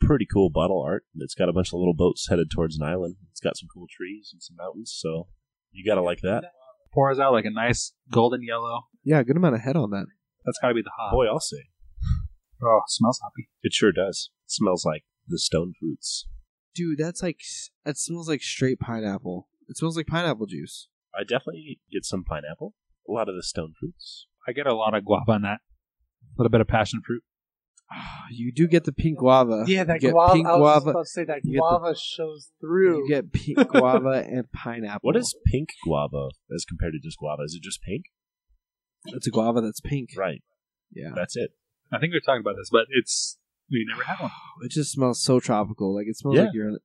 Speaker 3: Pretty cool bottle art. It's got a bunch of little boats headed towards an island. It's got some cool trees and some mountains. So you gotta like that.
Speaker 4: Pours out like a nice golden yellow.
Speaker 2: Yeah, good amount of head on that.
Speaker 4: That's gotta be the hop.
Speaker 3: Boy, I'll say
Speaker 4: Oh, smells hoppy.
Speaker 3: it sure does. It smells like the stone fruits.
Speaker 2: Dude, that's like that smells like straight pineapple. It smells like pineapple juice.
Speaker 3: I definitely get some pineapple. A lot of the stone fruits.
Speaker 4: I get a lot of guava on that. A little bit of passion fruit.
Speaker 2: you do get the pink guava.
Speaker 1: Yeah, that
Speaker 2: Uh, get
Speaker 1: guava.
Speaker 2: pink
Speaker 1: I was just
Speaker 2: guava-
Speaker 1: about to say that
Speaker 2: you get the-
Speaker 1: guava shows through.
Speaker 2: You get pink guava and [LAUGHS] pineapple.
Speaker 3: What is pink guava as compared to just guava? Is it just pink?
Speaker 2: It's a guava that's pink.
Speaker 3: Right.
Speaker 2: Yeah.
Speaker 3: That's it.
Speaker 4: I think we talked about this, but it's we never had one.
Speaker 2: It just smells so tropical. Like it smells
Speaker 3: Yeah.
Speaker 2: like you're in.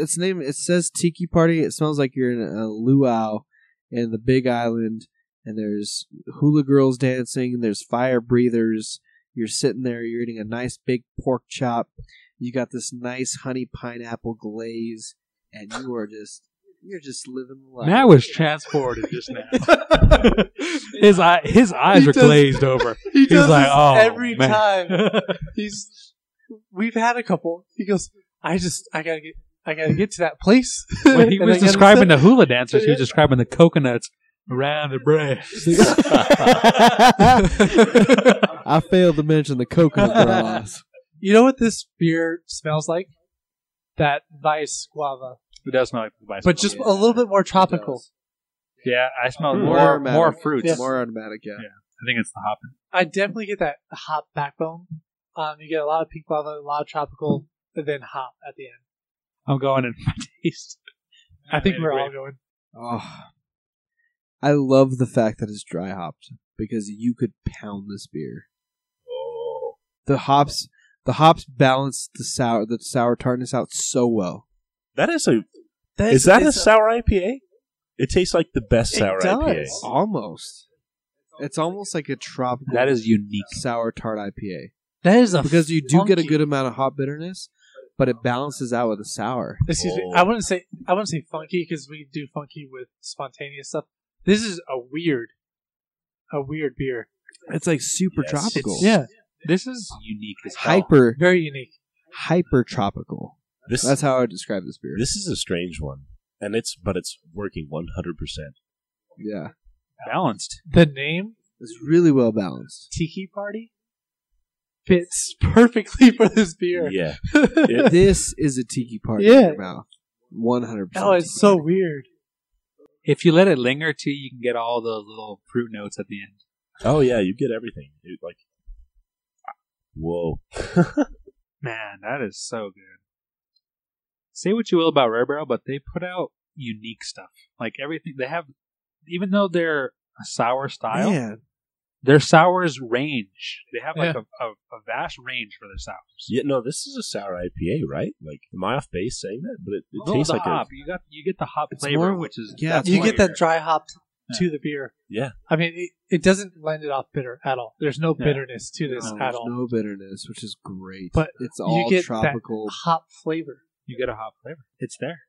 Speaker 2: Its name. It says tiki party. It smells like you're in a luau in the Big Island, and there's hula girls dancing. There's fire breathers. You're sitting there. You're eating a nice big pork chop. You got this nice honey pineapple glaze, and you are just you're just living the life.
Speaker 4: Matt was transported just now. his eye, his eyes
Speaker 1: He
Speaker 4: were
Speaker 1: does-
Speaker 4: glazed
Speaker 1: [LAUGHS]
Speaker 4: over.
Speaker 1: he does
Speaker 4: like,
Speaker 1: this
Speaker 4: "Oh,
Speaker 1: every
Speaker 4: man." [LAUGHS]
Speaker 1: time. He's. We've had a couple. He goes. I just. I gotta get. I gotta get to that place.
Speaker 4: When he
Speaker 1: [LAUGHS] And
Speaker 4: was
Speaker 1: I gotta
Speaker 4: describing
Speaker 1: sit-
Speaker 4: the hula dancers, he was describing the coconuts around
Speaker 1: [LAUGHS]
Speaker 4: the [LAUGHS] brass.
Speaker 2: [LAUGHS] I failed to mention the coconut bras.
Speaker 1: You know what this beer smells like? That vice guava,
Speaker 4: It does smell like bicycle.
Speaker 1: but just a little bit more tropical.
Speaker 4: yeah, I smell
Speaker 2: Hmm. More
Speaker 4: more
Speaker 2: aromatic.
Speaker 4: more fruits.
Speaker 1: Yeah.
Speaker 2: More automatic, yeah.
Speaker 4: I think it's the hopping.
Speaker 1: I definitely get that hop backbone. Um, you get a lot of pink guava, a lot of tropical, and then hop at the end.
Speaker 4: I'm going in [LAUGHS] for taste.
Speaker 1: I think we're all going.
Speaker 2: Oh, I love the fact that it's dry hopped because you could pound this beer.
Speaker 3: Oh.
Speaker 2: The hops, the hops balance the sour, the sour tartness out so well.
Speaker 3: That is a.
Speaker 1: That
Speaker 3: Is that a
Speaker 1: it's
Speaker 3: sour IPA? It tastes like the best
Speaker 1: It
Speaker 3: sour
Speaker 1: does.
Speaker 3: IPA.
Speaker 2: Almost, it's almost like a tropical
Speaker 4: That is unique.
Speaker 2: sour tart IPA
Speaker 1: That is a
Speaker 2: because you do get a
Speaker 1: funky-
Speaker 2: good amount of hop bitterness, but it balances out with the sour.
Speaker 1: Excuse me.
Speaker 3: Oh.
Speaker 1: I wouldn't say I wouldn't say funky because we do funky with spontaneous stuff. This is a weird, a weird beer.
Speaker 2: It's like super
Speaker 3: Yes.
Speaker 2: tropical.
Speaker 1: Yeah,
Speaker 4: This is unique as hell.
Speaker 2: hyper
Speaker 1: very unique.
Speaker 2: hyper tropical.
Speaker 3: This
Speaker 2: That's how I would describe this beer.
Speaker 3: this is a strange one, and it's but it's working one hundred percent.
Speaker 2: Yeah,
Speaker 4: balanced.
Speaker 1: The name
Speaker 2: it's really well balanced.
Speaker 1: Tiki Party fits perfectly [LAUGHS] for this beer.
Speaker 3: Yeah,
Speaker 1: Yeah.
Speaker 3: It-
Speaker 2: this is a tiki party in
Speaker 1: Yeah.
Speaker 2: your mouth. One hundred percent.
Speaker 1: oh, it's so weird.
Speaker 4: If you let it linger too, you can get all the little fruit notes at the end.
Speaker 3: Oh yeah, you get everything. It, like, whoa.
Speaker 4: Man, that is so good. Say what you will about Rare Barrel, but they put out unique stuff. Like everything they have, even though they're a sour style,
Speaker 2: Man,
Speaker 4: their sours range. They have like a, a, a vast range for their sours.
Speaker 3: Yeah, no, this is a sour IPA, right? Like, am I off base saying that? But it, it
Speaker 4: Oh,
Speaker 3: tastes
Speaker 4: the
Speaker 3: like
Speaker 4: hop.
Speaker 3: a
Speaker 4: you got you get the hop
Speaker 2: It's
Speaker 4: flavor,
Speaker 2: more-
Speaker 4: which is
Speaker 2: yeah,
Speaker 4: that's
Speaker 2: it's
Speaker 1: you
Speaker 4: why
Speaker 1: get
Speaker 4: you're-
Speaker 1: that dry hop to the beer.
Speaker 3: yeah.
Speaker 1: I mean, it, it doesn't lend it off bitter at all. There's no
Speaker 4: Yeah.
Speaker 1: bitterness to this
Speaker 4: No,
Speaker 1: at
Speaker 2: there's
Speaker 1: all.
Speaker 2: no bitterness, which is great.
Speaker 1: But
Speaker 2: it's
Speaker 1: you
Speaker 2: all
Speaker 1: get that-
Speaker 2: tropical.
Speaker 1: Hop flavor.
Speaker 4: you get a hop flavor. It's there.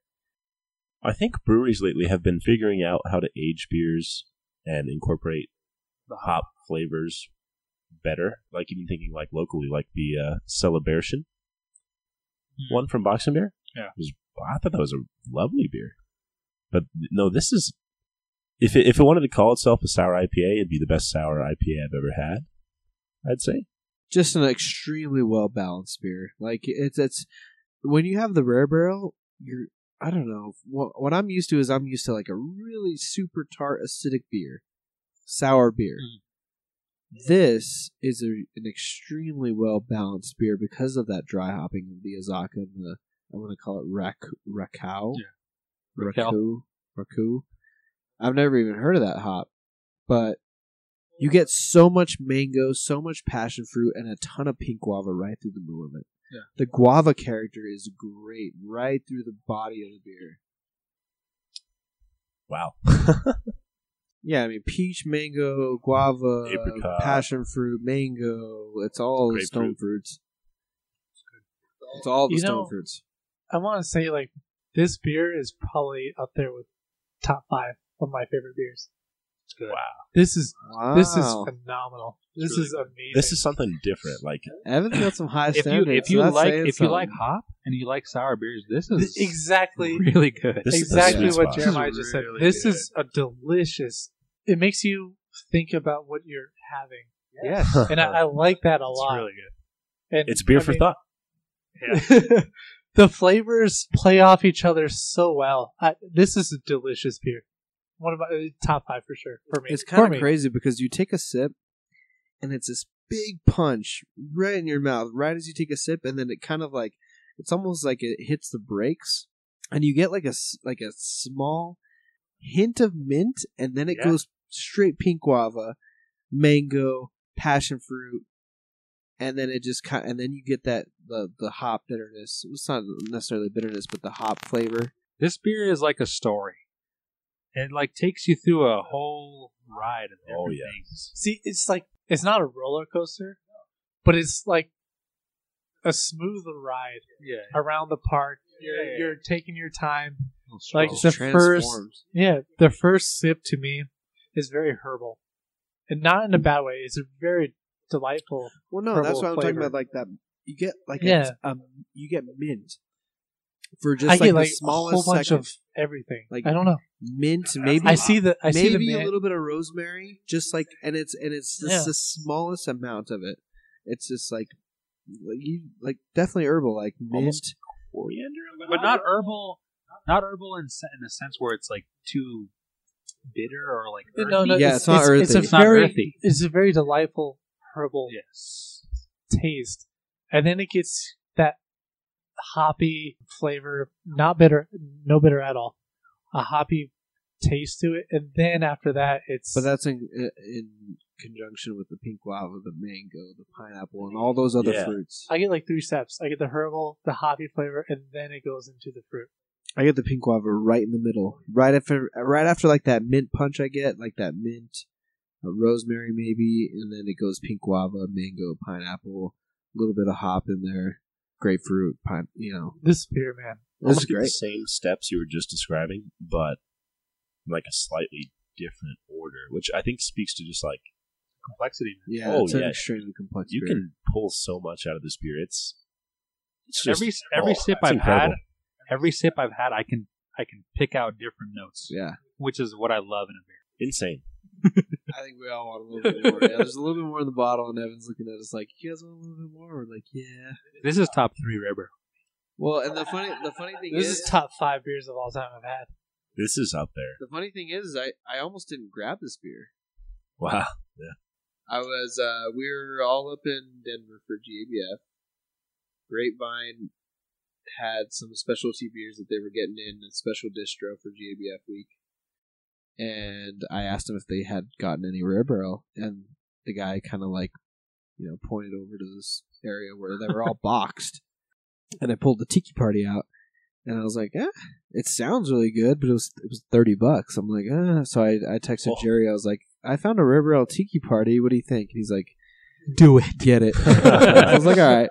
Speaker 3: I think breweries lately have been figuring out how to age beers and incorporate the hop flavors better. Like even thinking like locally, like the uh, Celebration
Speaker 4: Hmm.
Speaker 3: one from Boxing Beer.
Speaker 4: Yeah.
Speaker 3: was, I thought that was a lovely beer. But no, this is if it, if it wanted to call itself a sour IPA, it'd be the best sour IPA I've ever had. I'd say.
Speaker 2: Just an extremely well balanced beer. Like it's it's when you have the rare barrel, you're I don't know. What, what I'm used to is I'm used to like a really super tart acidic beer, sour beer. This is a, an extremely well balanced beer because of that dry hopping of the Azaka and the I'm gonna call it rac Rakau.
Speaker 4: Yeah. Raquel.
Speaker 2: Raku. Raku. I've never even heard of that hop, but you get so much mango, so much passion fruit, and a ton of pink guava right through the middle of it.
Speaker 4: Yeah.
Speaker 2: The guava character is great right through the body of the beer.
Speaker 3: Wow.
Speaker 2: Yeah, I mean peach, mango, guava,
Speaker 3: Apricot.
Speaker 2: passion fruit, mango. It's all the stone
Speaker 3: Grapefruit.
Speaker 2: fruits. It's all the
Speaker 1: You
Speaker 2: stone
Speaker 1: know-
Speaker 2: fruits.
Speaker 1: I want to say like this beer is probably up there with top five of my favorite beers.
Speaker 4: It's good.
Speaker 1: This is
Speaker 2: Wow.
Speaker 1: this is phenomenal. This
Speaker 4: really
Speaker 1: is amazing.
Speaker 3: This is something different. Like
Speaker 2: Evan's got some high
Speaker 4: If you
Speaker 2: standards.
Speaker 4: if
Speaker 2: so
Speaker 4: you
Speaker 2: that's
Speaker 4: like
Speaker 2: saying
Speaker 4: if you like
Speaker 2: something.
Speaker 4: hop and you like sour beers, this
Speaker 1: Th-
Speaker 4: is
Speaker 1: exactly
Speaker 4: really good.
Speaker 3: This is the
Speaker 1: exactly
Speaker 3: sweet
Speaker 1: what
Speaker 3: spot.
Speaker 1: Jeremiah
Speaker 4: This is
Speaker 1: just said.
Speaker 4: really
Speaker 1: This
Speaker 4: good.
Speaker 1: is a delicious. It makes you think about what you're having,
Speaker 2: yes.
Speaker 1: and I, I like that a
Speaker 4: It's
Speaker 1: lot.
Speaker 4: really good.
Speaker 1: and
Speaker 3: it's beer
Speaker 1: I
Speaker 3: for
Speaker 1: mean, [LAUGHS]
Speaker 3: thought.
Speaker 4: Yeah.
Speaker 1: the flavors play off each other so well. I, this is a delicious beer. One of my uh, top five for sure for me.
Speaker 2: It's
Speaker 1: For
Speaker 2: kind
Speaker 1: me.
Speaker 2: of crazy because you take a sip, and it's this big punch right in your mouth right as you take a sip, and then it kind of like it's almost like it hits the brakes, and you get like a s- like a small hint of mint, and then it
Speaker 4: Yeah.
Speaker 2: goes straight pink guava, mango, passion fruit, and then it just kind and then you get that the the hop bitterness. It's not necessarily bitterness, but the hop flavor.
Speaker 4: This beer is like a story. It like takes you through a whole ride of different
Speaker 3: Oh, yeah.
Speaker 4: things.
Speaker 1: See, it's like it's not a roller coaster, but it's like a smooth ride
Speaker 4: Yeah.
Speaker 1: around the park. You're,
Speaker 4: Yeah.
Speaker 1: you're taking your time.
Speaker 4: Little
Speaker 1: Like
Speaker 4: strolls.
Speaker 1: the first, yeah, the first sip to me is very herbal, and not in a bad way. It's a very delightful.
Speaker 2: Well, no, that's
Speaker 1: herbal
Speaker 2: what I'm talking
Speaker 1: flavor.
Speaker 2: about. Like that, you get like
Speaker 1: Yeah.
Speaker 2: a, um, you get mint for just
Speaker 1: I
Speaker 2: like
Speaker 1: get
Speaker 2: the
Speaker 1: like a
Speaker 2: smallest
Speaker 1: whole bunch
Speaker 2: second.
Speaker 1: of everything.
Speaker 2: Like-
Speaker 1: I don't know.
Speaker 2: mint, maybe
Speaker 1: I see the. I see the.
Speaker 2: maybe a
Speaker 1: man-
Speaker 2: little bit of rosemary, just like and it's and it's just
Speaker 1: Yeah.
Speaker 2: the smallest amount of it. It's just like like you like definitely herbal, like mint.
Speaker 3: Almost coriander,
Speaker 4: but not herbal, not herbal in, se- in the sense where it's like too bitter or like earthy.
Speaker 1: No, no,
Speaker 2: Yeah, it's not
Speaker 1: it's, a
Speaker 2: earthy.
Speaker 4: It's not
Speaker 1: very,
Speaker 4: earthy.
Speaker 1: It's a very delightful herbal
Speaker 4: yes,
Speaker 1: taste, and then it gets that hoppy flavor, not bitter, no bitter at all, a hoppy taste to it, and then after that, it's
Speaker 2: But that's in in conjunction with the pink guava, the mango, the pineapple, and all those other
Speaker 3: Yeah.
Speaker 2: fruits.
Speaker 1: I get like three steps. I get the herbal, the hoppy flavor, and then it goes into the fruit.
Speaker 2: I get the pink guava right in the middle, right after, right after like that mint punch I get, like that mint, uh, rosemary maybe, and then it goes pink guava, mango, pineapple, a little bit of hop in there, grapefruit, pine, you know,
Speaker 1: This beer, man,
Speaker 2: this is
Speaker 3: Almost get the
Speaker 2: great.
Speaker 3: same steps you were just describing, but in, like a slightly different order, which I think speaks to just like
Speaker 4: complexity. man.
Speaker 2: Yeah,
Speaker 3: Oh,
Speaker 2: it's an
Speaker 3: yeah.
Speaker 2: extremely complex.
Speaker 3: you
Speaker 2: beer.
Speaker 3: can pull so much out of this beer. It's it's just
Speaker 4: Every every
Speaker 3: oh,
Speaker 4: sip
Speaker 3: it's
Speaker 4: I've
Speaker 3: incredible.
Speaker 4: had, every sip I've had, I can I can pick out different notes,
Speaker 2: yeah.
Speaker 4: which is what I love in a beer.
Speaker 3: insane.
Speaker 2: I think we all want a little bit more. Yeah, there's a little bit more in the bottle, and Evan's looking at us like, "You guys want a little bit more?" We're like, "Yeah."
Speaker 4: This is top three river.
Speaker 2: Well, and the funny, the funny thing
Speaker 1: this is top five beers of all time I've had.
Speaker 3: This is up there.
Speaker 2: the funny thing is, I I almost didn't grab this beer.
Speaker 3: Wow.
Speaker 2: I was uh we were all up in Denver for GABF. Grapevine had some specialty beers that they were getting in a special distro for GABF week. And I asked them if they had gotten any rare barrel and the guy kind of like, you know, pointed over to this area where they
Speaker 1: [LAUGHS]
Speaker 2: were all boxed. And I pulled the tiki party out and I was like, "Eh, it sounds really good, but it was it was 30 bucks." I'm like, "Ah." So I I texted
Speaker 3: Oh.
Speaker 2: Jerry. I was like, "I found a rare barrel tiki party. What do you think?" And he's like,
Speaker 1: Do it.
Speaker 2: [LAUGHS] get
Speaker 1: [LAUGHS]
Speaker 2: it. I was like, all right.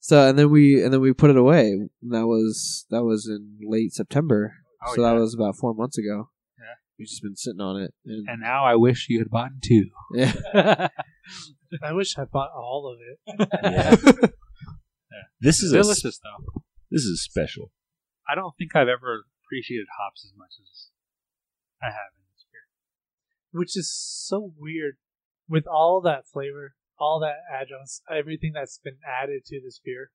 Speaker 2: So and then we and then we put it away. And that was that was in late September.
Speaker 4: Oh,
Speaker 2: so
Speaker 4: yeah.
Speaker 2: that was about four months ago.
Speaker 4: Yeah.
Speaker 2: We've just been sitting on it. And,
Speaker 4: And now I wish you had bought two.
Speaker 2: yeah.
Speaker 1: [LAUGHS] I wish I bought all of it.
Speaker 3: Yeah. [LAUGHS] This is a, s-
Speaker 4: delicious though.
Speaker 3: this is special.
Speaker 4: I don't think I've ever appreciated hops as much as I have in this beer.
Speaker 1: which is so weird with all that flavor, all that adjuncts, everything that's been added to this beer,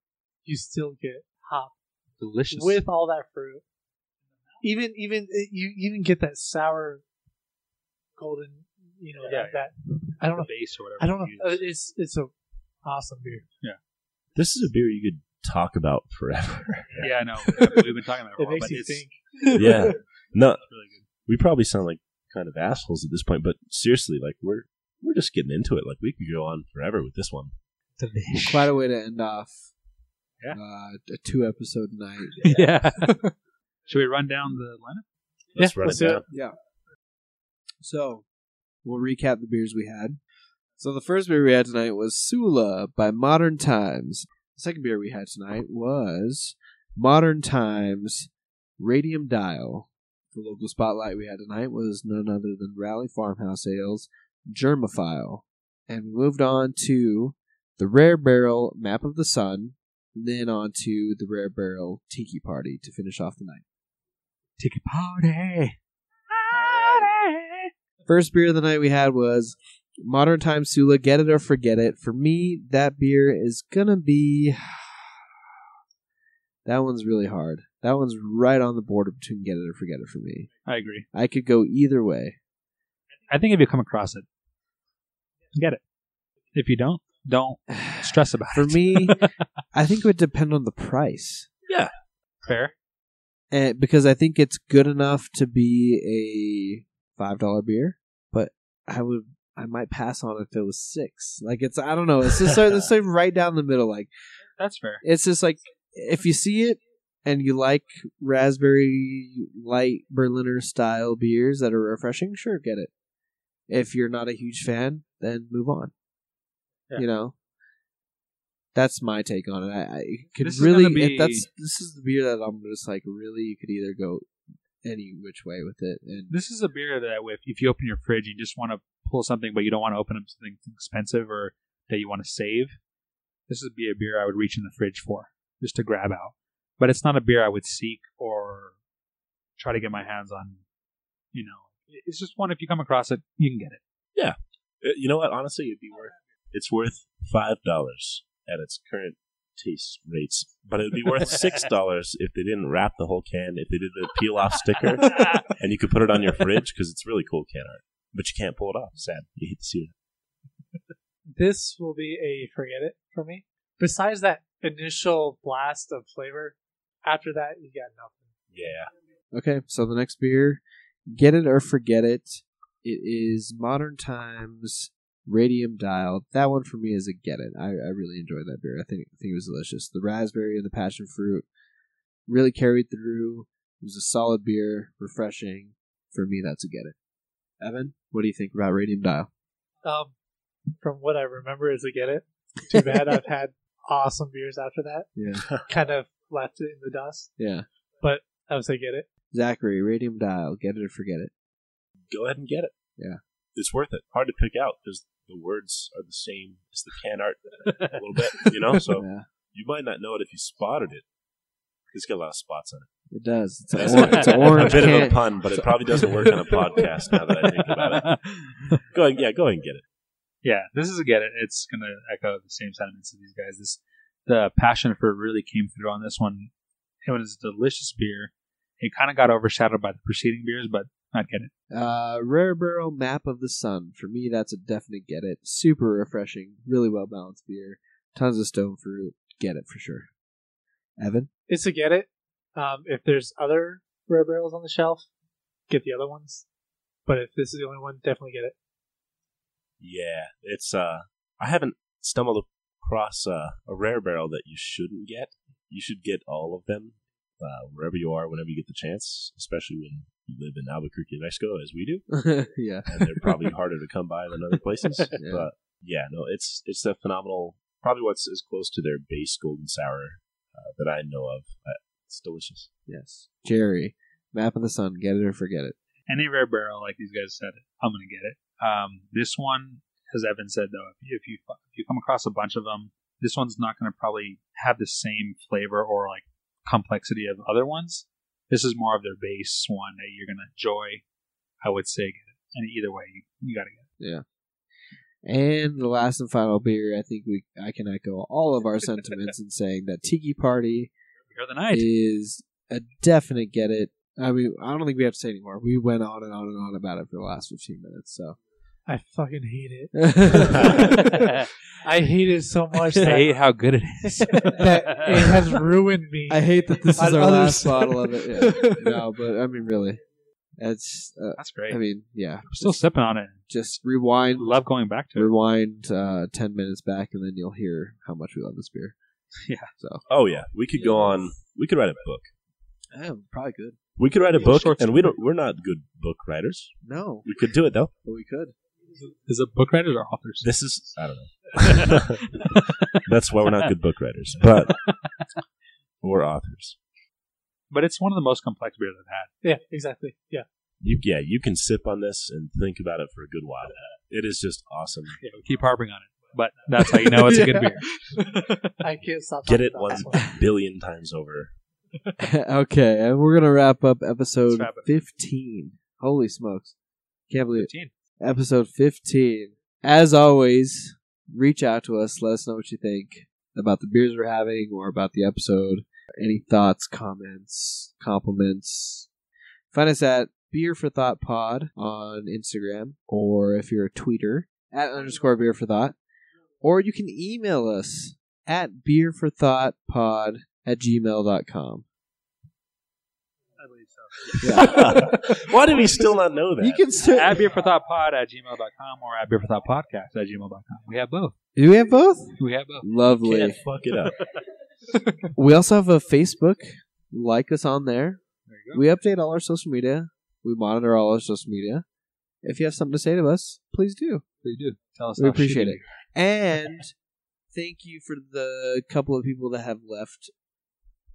Speaker 1: you still get hop
Speaker 4: Delicious
Speaker 1: with all that fruit. Even even eh, you even get that sour golden, you know,
Speaker 4: Yeah,
Speaker 1: that, that I don't
Speaker 4: the
Speaker 1: know.
Speaker 4: base or whatever.
Speaker 1: I don't know.
Speaker 4: you
Speaker 1: Uh,
Speaker 4: use.
Speaker 1: It's it's a awesome beer.
Speaker 3: This is a beer you could talk about forever.
Speaker 4: [LAUGHS] Yeah,
Speaker 1: [LAUGHS]
Speaker 4: I know. We've been talking about
Speaker 1: It
Speaker 4: it. for a while,
Speaker 1: makes
Speaker 4: Oh, but
Speaker 1: you
Speaker 4: it's [LAUGHS]
Speaker 1: think.
Speaker 3: [LAUGHS] yeah. No,
Speaker 4: it's really good.
Speaker 3: we probably sound like kind of assholes at this point, but seriously, like we're we're just getting into it. Like we could go on forever with this one.
Speaker 1: [LAUGHS]
Speaker 2: Quite a way to end off
Speaker 4: Yeah.
Speaker 2: uh, a two episode night.
Speaker 4: Yeah. Should we run down the lineup?
Speaker 3: Let's
Speaker 1: Yeah,
Speaker 3: run
Speaker 1: let's
Speaker 3: it
Speaker 1: do it.
Speaker 3: down.
Speaker 2: So we'll recap the beers we had. So the first beer we had tonight was Sula by Modern Times. The second beer we had tonight was Modern Times Radium Dial. The local spotlight we had tonight was none other than Rally Farmhouse Ales Germophile. And we moved on to the Rare Barrel Map of the Sun, and then on to the Rare Barrel Tiki Party to finish off the night.
Speaker 4: Take a party.
Speaker 2: First beer of the night we had was Modern Time Sula, Get It or Forget It. For me, that beer is gonna be. [SIGHS] That one's really hard. That one's right on the border between Get It or Forget It for me.
Speaker 4: I agree.
Speaker 2: I could go either way. [SIGHS]
Speaker 4: I think if you come across it, get it. If you don't, don't stress about
Speaker 2: For
Speaker 4: it.
Speaker 2: me, I think it would depend on the price.
Speaker 4: fair.
Speaker 2: and because I think it's good enough to be a five dollar beer, but I would I might pass on if it was six. Like it's I don't know. It's just so, it's like right down the middle. Like
Speaker 4: That's fair.
Speaker 2: it's just like if you see it and you like raspberry light Berliner style beers that are refreshing, sure get it. If you're not a huge fan, then move on.
Speaker 4: Yeah.
Speaker 2: You know. That's my take on it. I, I it could
Speaker 4: This is
Speaker 2: really
Speaker 4: gonna be-
Speaker 2: if that's this is the beer that I'm just like really you could either go any which way with it and
Speaker 4: This is a beer that if, if you open your fridge, you just want to pull something, but you don't want to open up something expensive or that you want to save. This would be a beer I would reach in the fridge for just to grab out. But it's not a beer I would seek or try to get my hands on. You know, it's just one. If you come across it, you can get it.
Speaker 3: Uh, You know what? Honestly, it'd be worth. It's worth five dollars at its current taste rates, but it'd be worth
Speaker 4: [LAUGHS]
Speaker 3: six dollars if they didn't wrap the whole can. If they did the peel off
Speaker 4: [LAUGHS]
Speaker 3: sticker, and you could put it on your fridge because it's really cool can art. But you can't pull it off. Sad. You hate to see it.
Speaker 1: this will be a forget it for me. Besides that initial blast of flavor, after that you got nothing.
Speaker 3: Yeah.
Speaker 2: Okay, so the next beer, get it or forget it. It is Modern Times Radium Dial. That one for me is a get it. I, I really enjoyed that beer. I think I think it was delicious. The raspberry and the passion fruit really carried through. It was a solid beer, refreshing. For me, that's a get it. Evan, what do you think about Radium Dial?
Speaker 1: Um, from what I remember, is a get it. Too bad I've had awesome beers after that.
Speaker 2: Yeah,
Speaker 1: [LAUGHS] Kind of left it in the dust.
Speaker 2: yeah.
Speaker 1: I would say get it.
Speaker 2: Zachary, Radium Dial, get it or forget it.
Speaker 3: Go ahead and get it.
Speaker 2: Yeah.
Speaker 3: It's worth it. Hard to pick out because the words are the same as the can
Speaker 4: [LAUGHS]
Speaker 3: art a little bit. You know, so
Speaker 2: Yeah,
Speaker 3: you might not know it if you spotted it. It's got a lot of spots on it.
Speaker 2: it does. It's,
Speaker 3: That's
Speaker 2: a, or- it's an orange
Speaker 3: [LAUGHS] a bit
Speaker 2: can.
Speaker 3: of a pun, but it probably doesn't work on a podcast now that I think about it. Go ahead, yeah, go ahead and get it.
Speaker 4: Yeah, this is again. it- It's going to echo the same sentiments of these guys. This the passion for it really came through on this one. It was a delicious beer. It kind of got overshadowed by the preceding beers, but not get it.
Speaker 2: Uh, Rare Barrel Map of the Sun. For me, that's a definite get it. Super refreshing, really well balanced beer. Tons of stone fruit. Get it for sure. Evan? [LAUGHS]
Speaker 1: It's a get it. Um, if there's other rare barrels on the shelf, get the other ones. But if this is the only one, definitely get it.
Speaker 3: Yeah, it's uh, I haven't stumbled across uh, a rare barrel that you shouldn't get. You should get all of them uh, wherever you are, whenever you get the chance, especially when you live in Albuquerque, Mexico, as we do,
Speaker 2: yeah.
Speaker 3: and they're probably
Speaker 2: [LAUGHS]
Speaker 3: harder to come by than other places.
Speaker 2: Yeah.
Speaker 3: But yeah, no, it's it's a phenomenal, probably what's as close to their base golden sour uh, that I know of. Uh, it's delicious.
Speaker 2: Yes. Jerry. Map of the Sun. Get it or forget it.
Speaker 4: Any rare barrel, like these guys said, I'm going to get it. Um, this one, as Evan said though, if you, if you if you come across a bunch of them, this one's not going to probably have the same flavor or like complexity of other ones. This is more of their base one that you're going to enjoy. I would say, get it. and either way, you, you got to get. it.
Speaker 2: And the last and final beer, I think we I can echo all of our sentiments in saying that Tiki Party
Speaker 4: Here the night.
Speaker 2: is a definite get it. I mean, I don't think we have to say anymore. We went on and on and on about it for the last 15 minutes, so.
Speaker 1: I fucking hate it. [LAUGHS]
Speaker 2: [LAUGHS]
Speaker 1: I hate it so much
Speaker 4: I
Speaker 1: that,
Speaker 4: hate how good it is.
Speaker 1: [LAUGHS] that it has ruined me.
Speaker 2: I hate that [LAUGHS] this is
Speaker 1: On
Speaker 2: our
Speaker 1: other
Speaker 2: last
Speaker 1: side.
Speaker 2: bottle of it. Yeah. [LAUGHS] No, but I mean, really, it's. Uh,
Speaker 4: That's great.
Speaker 2: I mean, yeah.
Speaker 4: I'm still sipping on it.
Speaker 2: Just rewind,
Speaker 4: Love going back to it.
Speaker 2: rewind uh, ten minutes back, and then you'll hear how much we love this beer.
Speaker 4: Yeah.
Speaker 2: So
Speaker 3: Oh yeah, we could go on. We could write a book.
Speaker 2: probably good.
Speaker 3: We could write a
Speaker 4: Yeah,
Speaker 3: book,
Speaker 4: short
Speaker 3: and we
Speaker 4: story.
Speaker 3: don't. We're not good book writers.
Speaker 2: No,
Speaker 3: We could do it though.
Speaker 2: but we could.
Speaker 4: Is it book writers or authors?
Speaker 3: This is I don't
Speaker 4: [LAUGHS]
Speaker 3: know. That's why we're not good book writers, but [LAUGHS] we're authors.
Speaker 4: But it's one of the most complex beers I've had.
Speaker 1: Yeah, exactly. Yeah.
Speaker 3: You yeah, you can sip on this and think about it for a good while. It is just awesome.
Speaker 4: Yeah, we keep harping on it. But that's how you know
Speaker 2: [LAUGHS]
Speaker 4: it's a good beer.
Speaker 1: I can't stop.
Speaker 3: Get
Speaker 1: talking
Speaker 3: it
Speaker 1: about
Speaker 3: one
Speaker 1: this one.
Speaker 3: billion times
Speaker 4: [LAUGHS]
Speaker 3: over.
Speaker 2: [LAUGHS] okay, and we're gonna wrap up episode
Speaker 4: Let's wrap it.
Speaker 2: fifteen. Holy smokes! Can't believe it.
Speaker 4: 15.
Speaker 2: episode 15. As always, reach out to us. Let us know what you think about the beers we're having or about the episode. Any thoughts, comments, compliments. Find us at Beer for Thought Pod on Instagram, or if you're a tweeter, at underscore Beer for Thought. Or you can email us at beerforthoughtpod at gmail.com.
Speaker 4: I believe so.
Speaker 3: Why do we still not know that?
Speaker 2: You can still.
Speaker 4: at beerforthoughtpod at gmail.com or at beerforthoughtpodcast at gmail.com. We have both.
Speaker 2: Do we have both?
Speaker 4: We have both.
Speaker 2: Lovely.
Speaker 3: Can't fuck it up.
Speaker 2: We also have a Facebook. Like us on there.
Speaker 4: There you go.
Speaker 2: We update all our social media. We monitor all our social media. If you have something to say to us, please do.
Speaker 4: We do. Tell us
Speaker 2: We
Speaker 4: how
Speaker 2: appreciate
Speaker 4: shitty
Speaker 2: it. And thank you for the couple of people that have left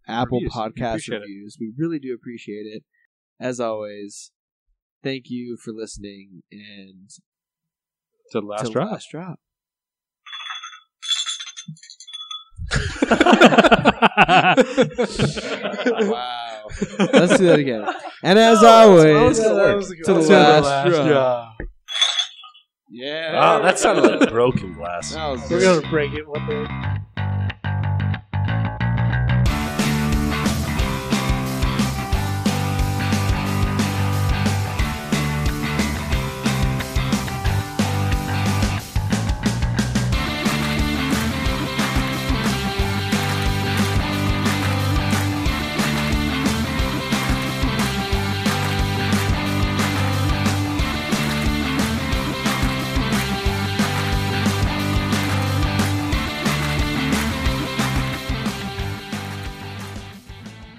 Speaker 2: Apple
Speaker 4: Reviews. We
Speaker 2: Podcast
Speaker 4: appreciate it.
Speaker 2: reviews. We really do appreciate it. As always, thank you for listening and
Speaker 4: To the last
Speaker 2: till
Speaker 4: drop.
Speaker 2: last drop.
Speaker 4: wow.
Speaker 2: [LAUGHS] Let's do that again. And as always,
Speaker 1: that was a good
Speaker 2: to the
Speaker 1: one.
Speaker 2: last,
Speaker 1: Last
Speaker 2: drop.
Speaker 4: [LAUGHS] Yeah.
Speaker 2: Yeah.
Speaker 3: Wow, that sounded like a [LAUGHS] broken glass.
Speaker 2: That was
Speaker 1: We're
Speaker 2: good.
Speaker 1: gonna break it one day.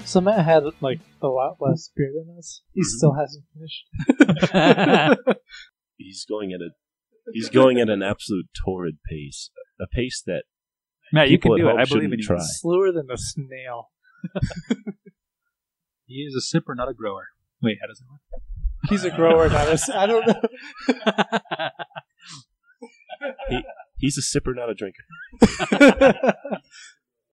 Speaker 1: So Matt had like a lot less beer than us.
Speaker 3: Mm-hmm.
Speaker 1: He still hasn't finished.
Speaker 4: [LAUGHS]
Speaker 3: He's going at a he's going at an absolute torrid pace, a pace that
Speaker 4: Matt, you can
Speaker 3: People at
Speaker 4: do it.
Speaker 3: home
Speaker 4: I believe
Speaker 3: shouldn't
Speaker 4: in you.
Speaker 3: try.
Speaker 1: Slower than a snail.
Speaker 4: He is a sipper, not a grower. Wait, how does it work?
Speaker 1: He's a grower, not a. s- I don't know. [LAUGHS]
Speaker 3: he's a sipper, not a drinker.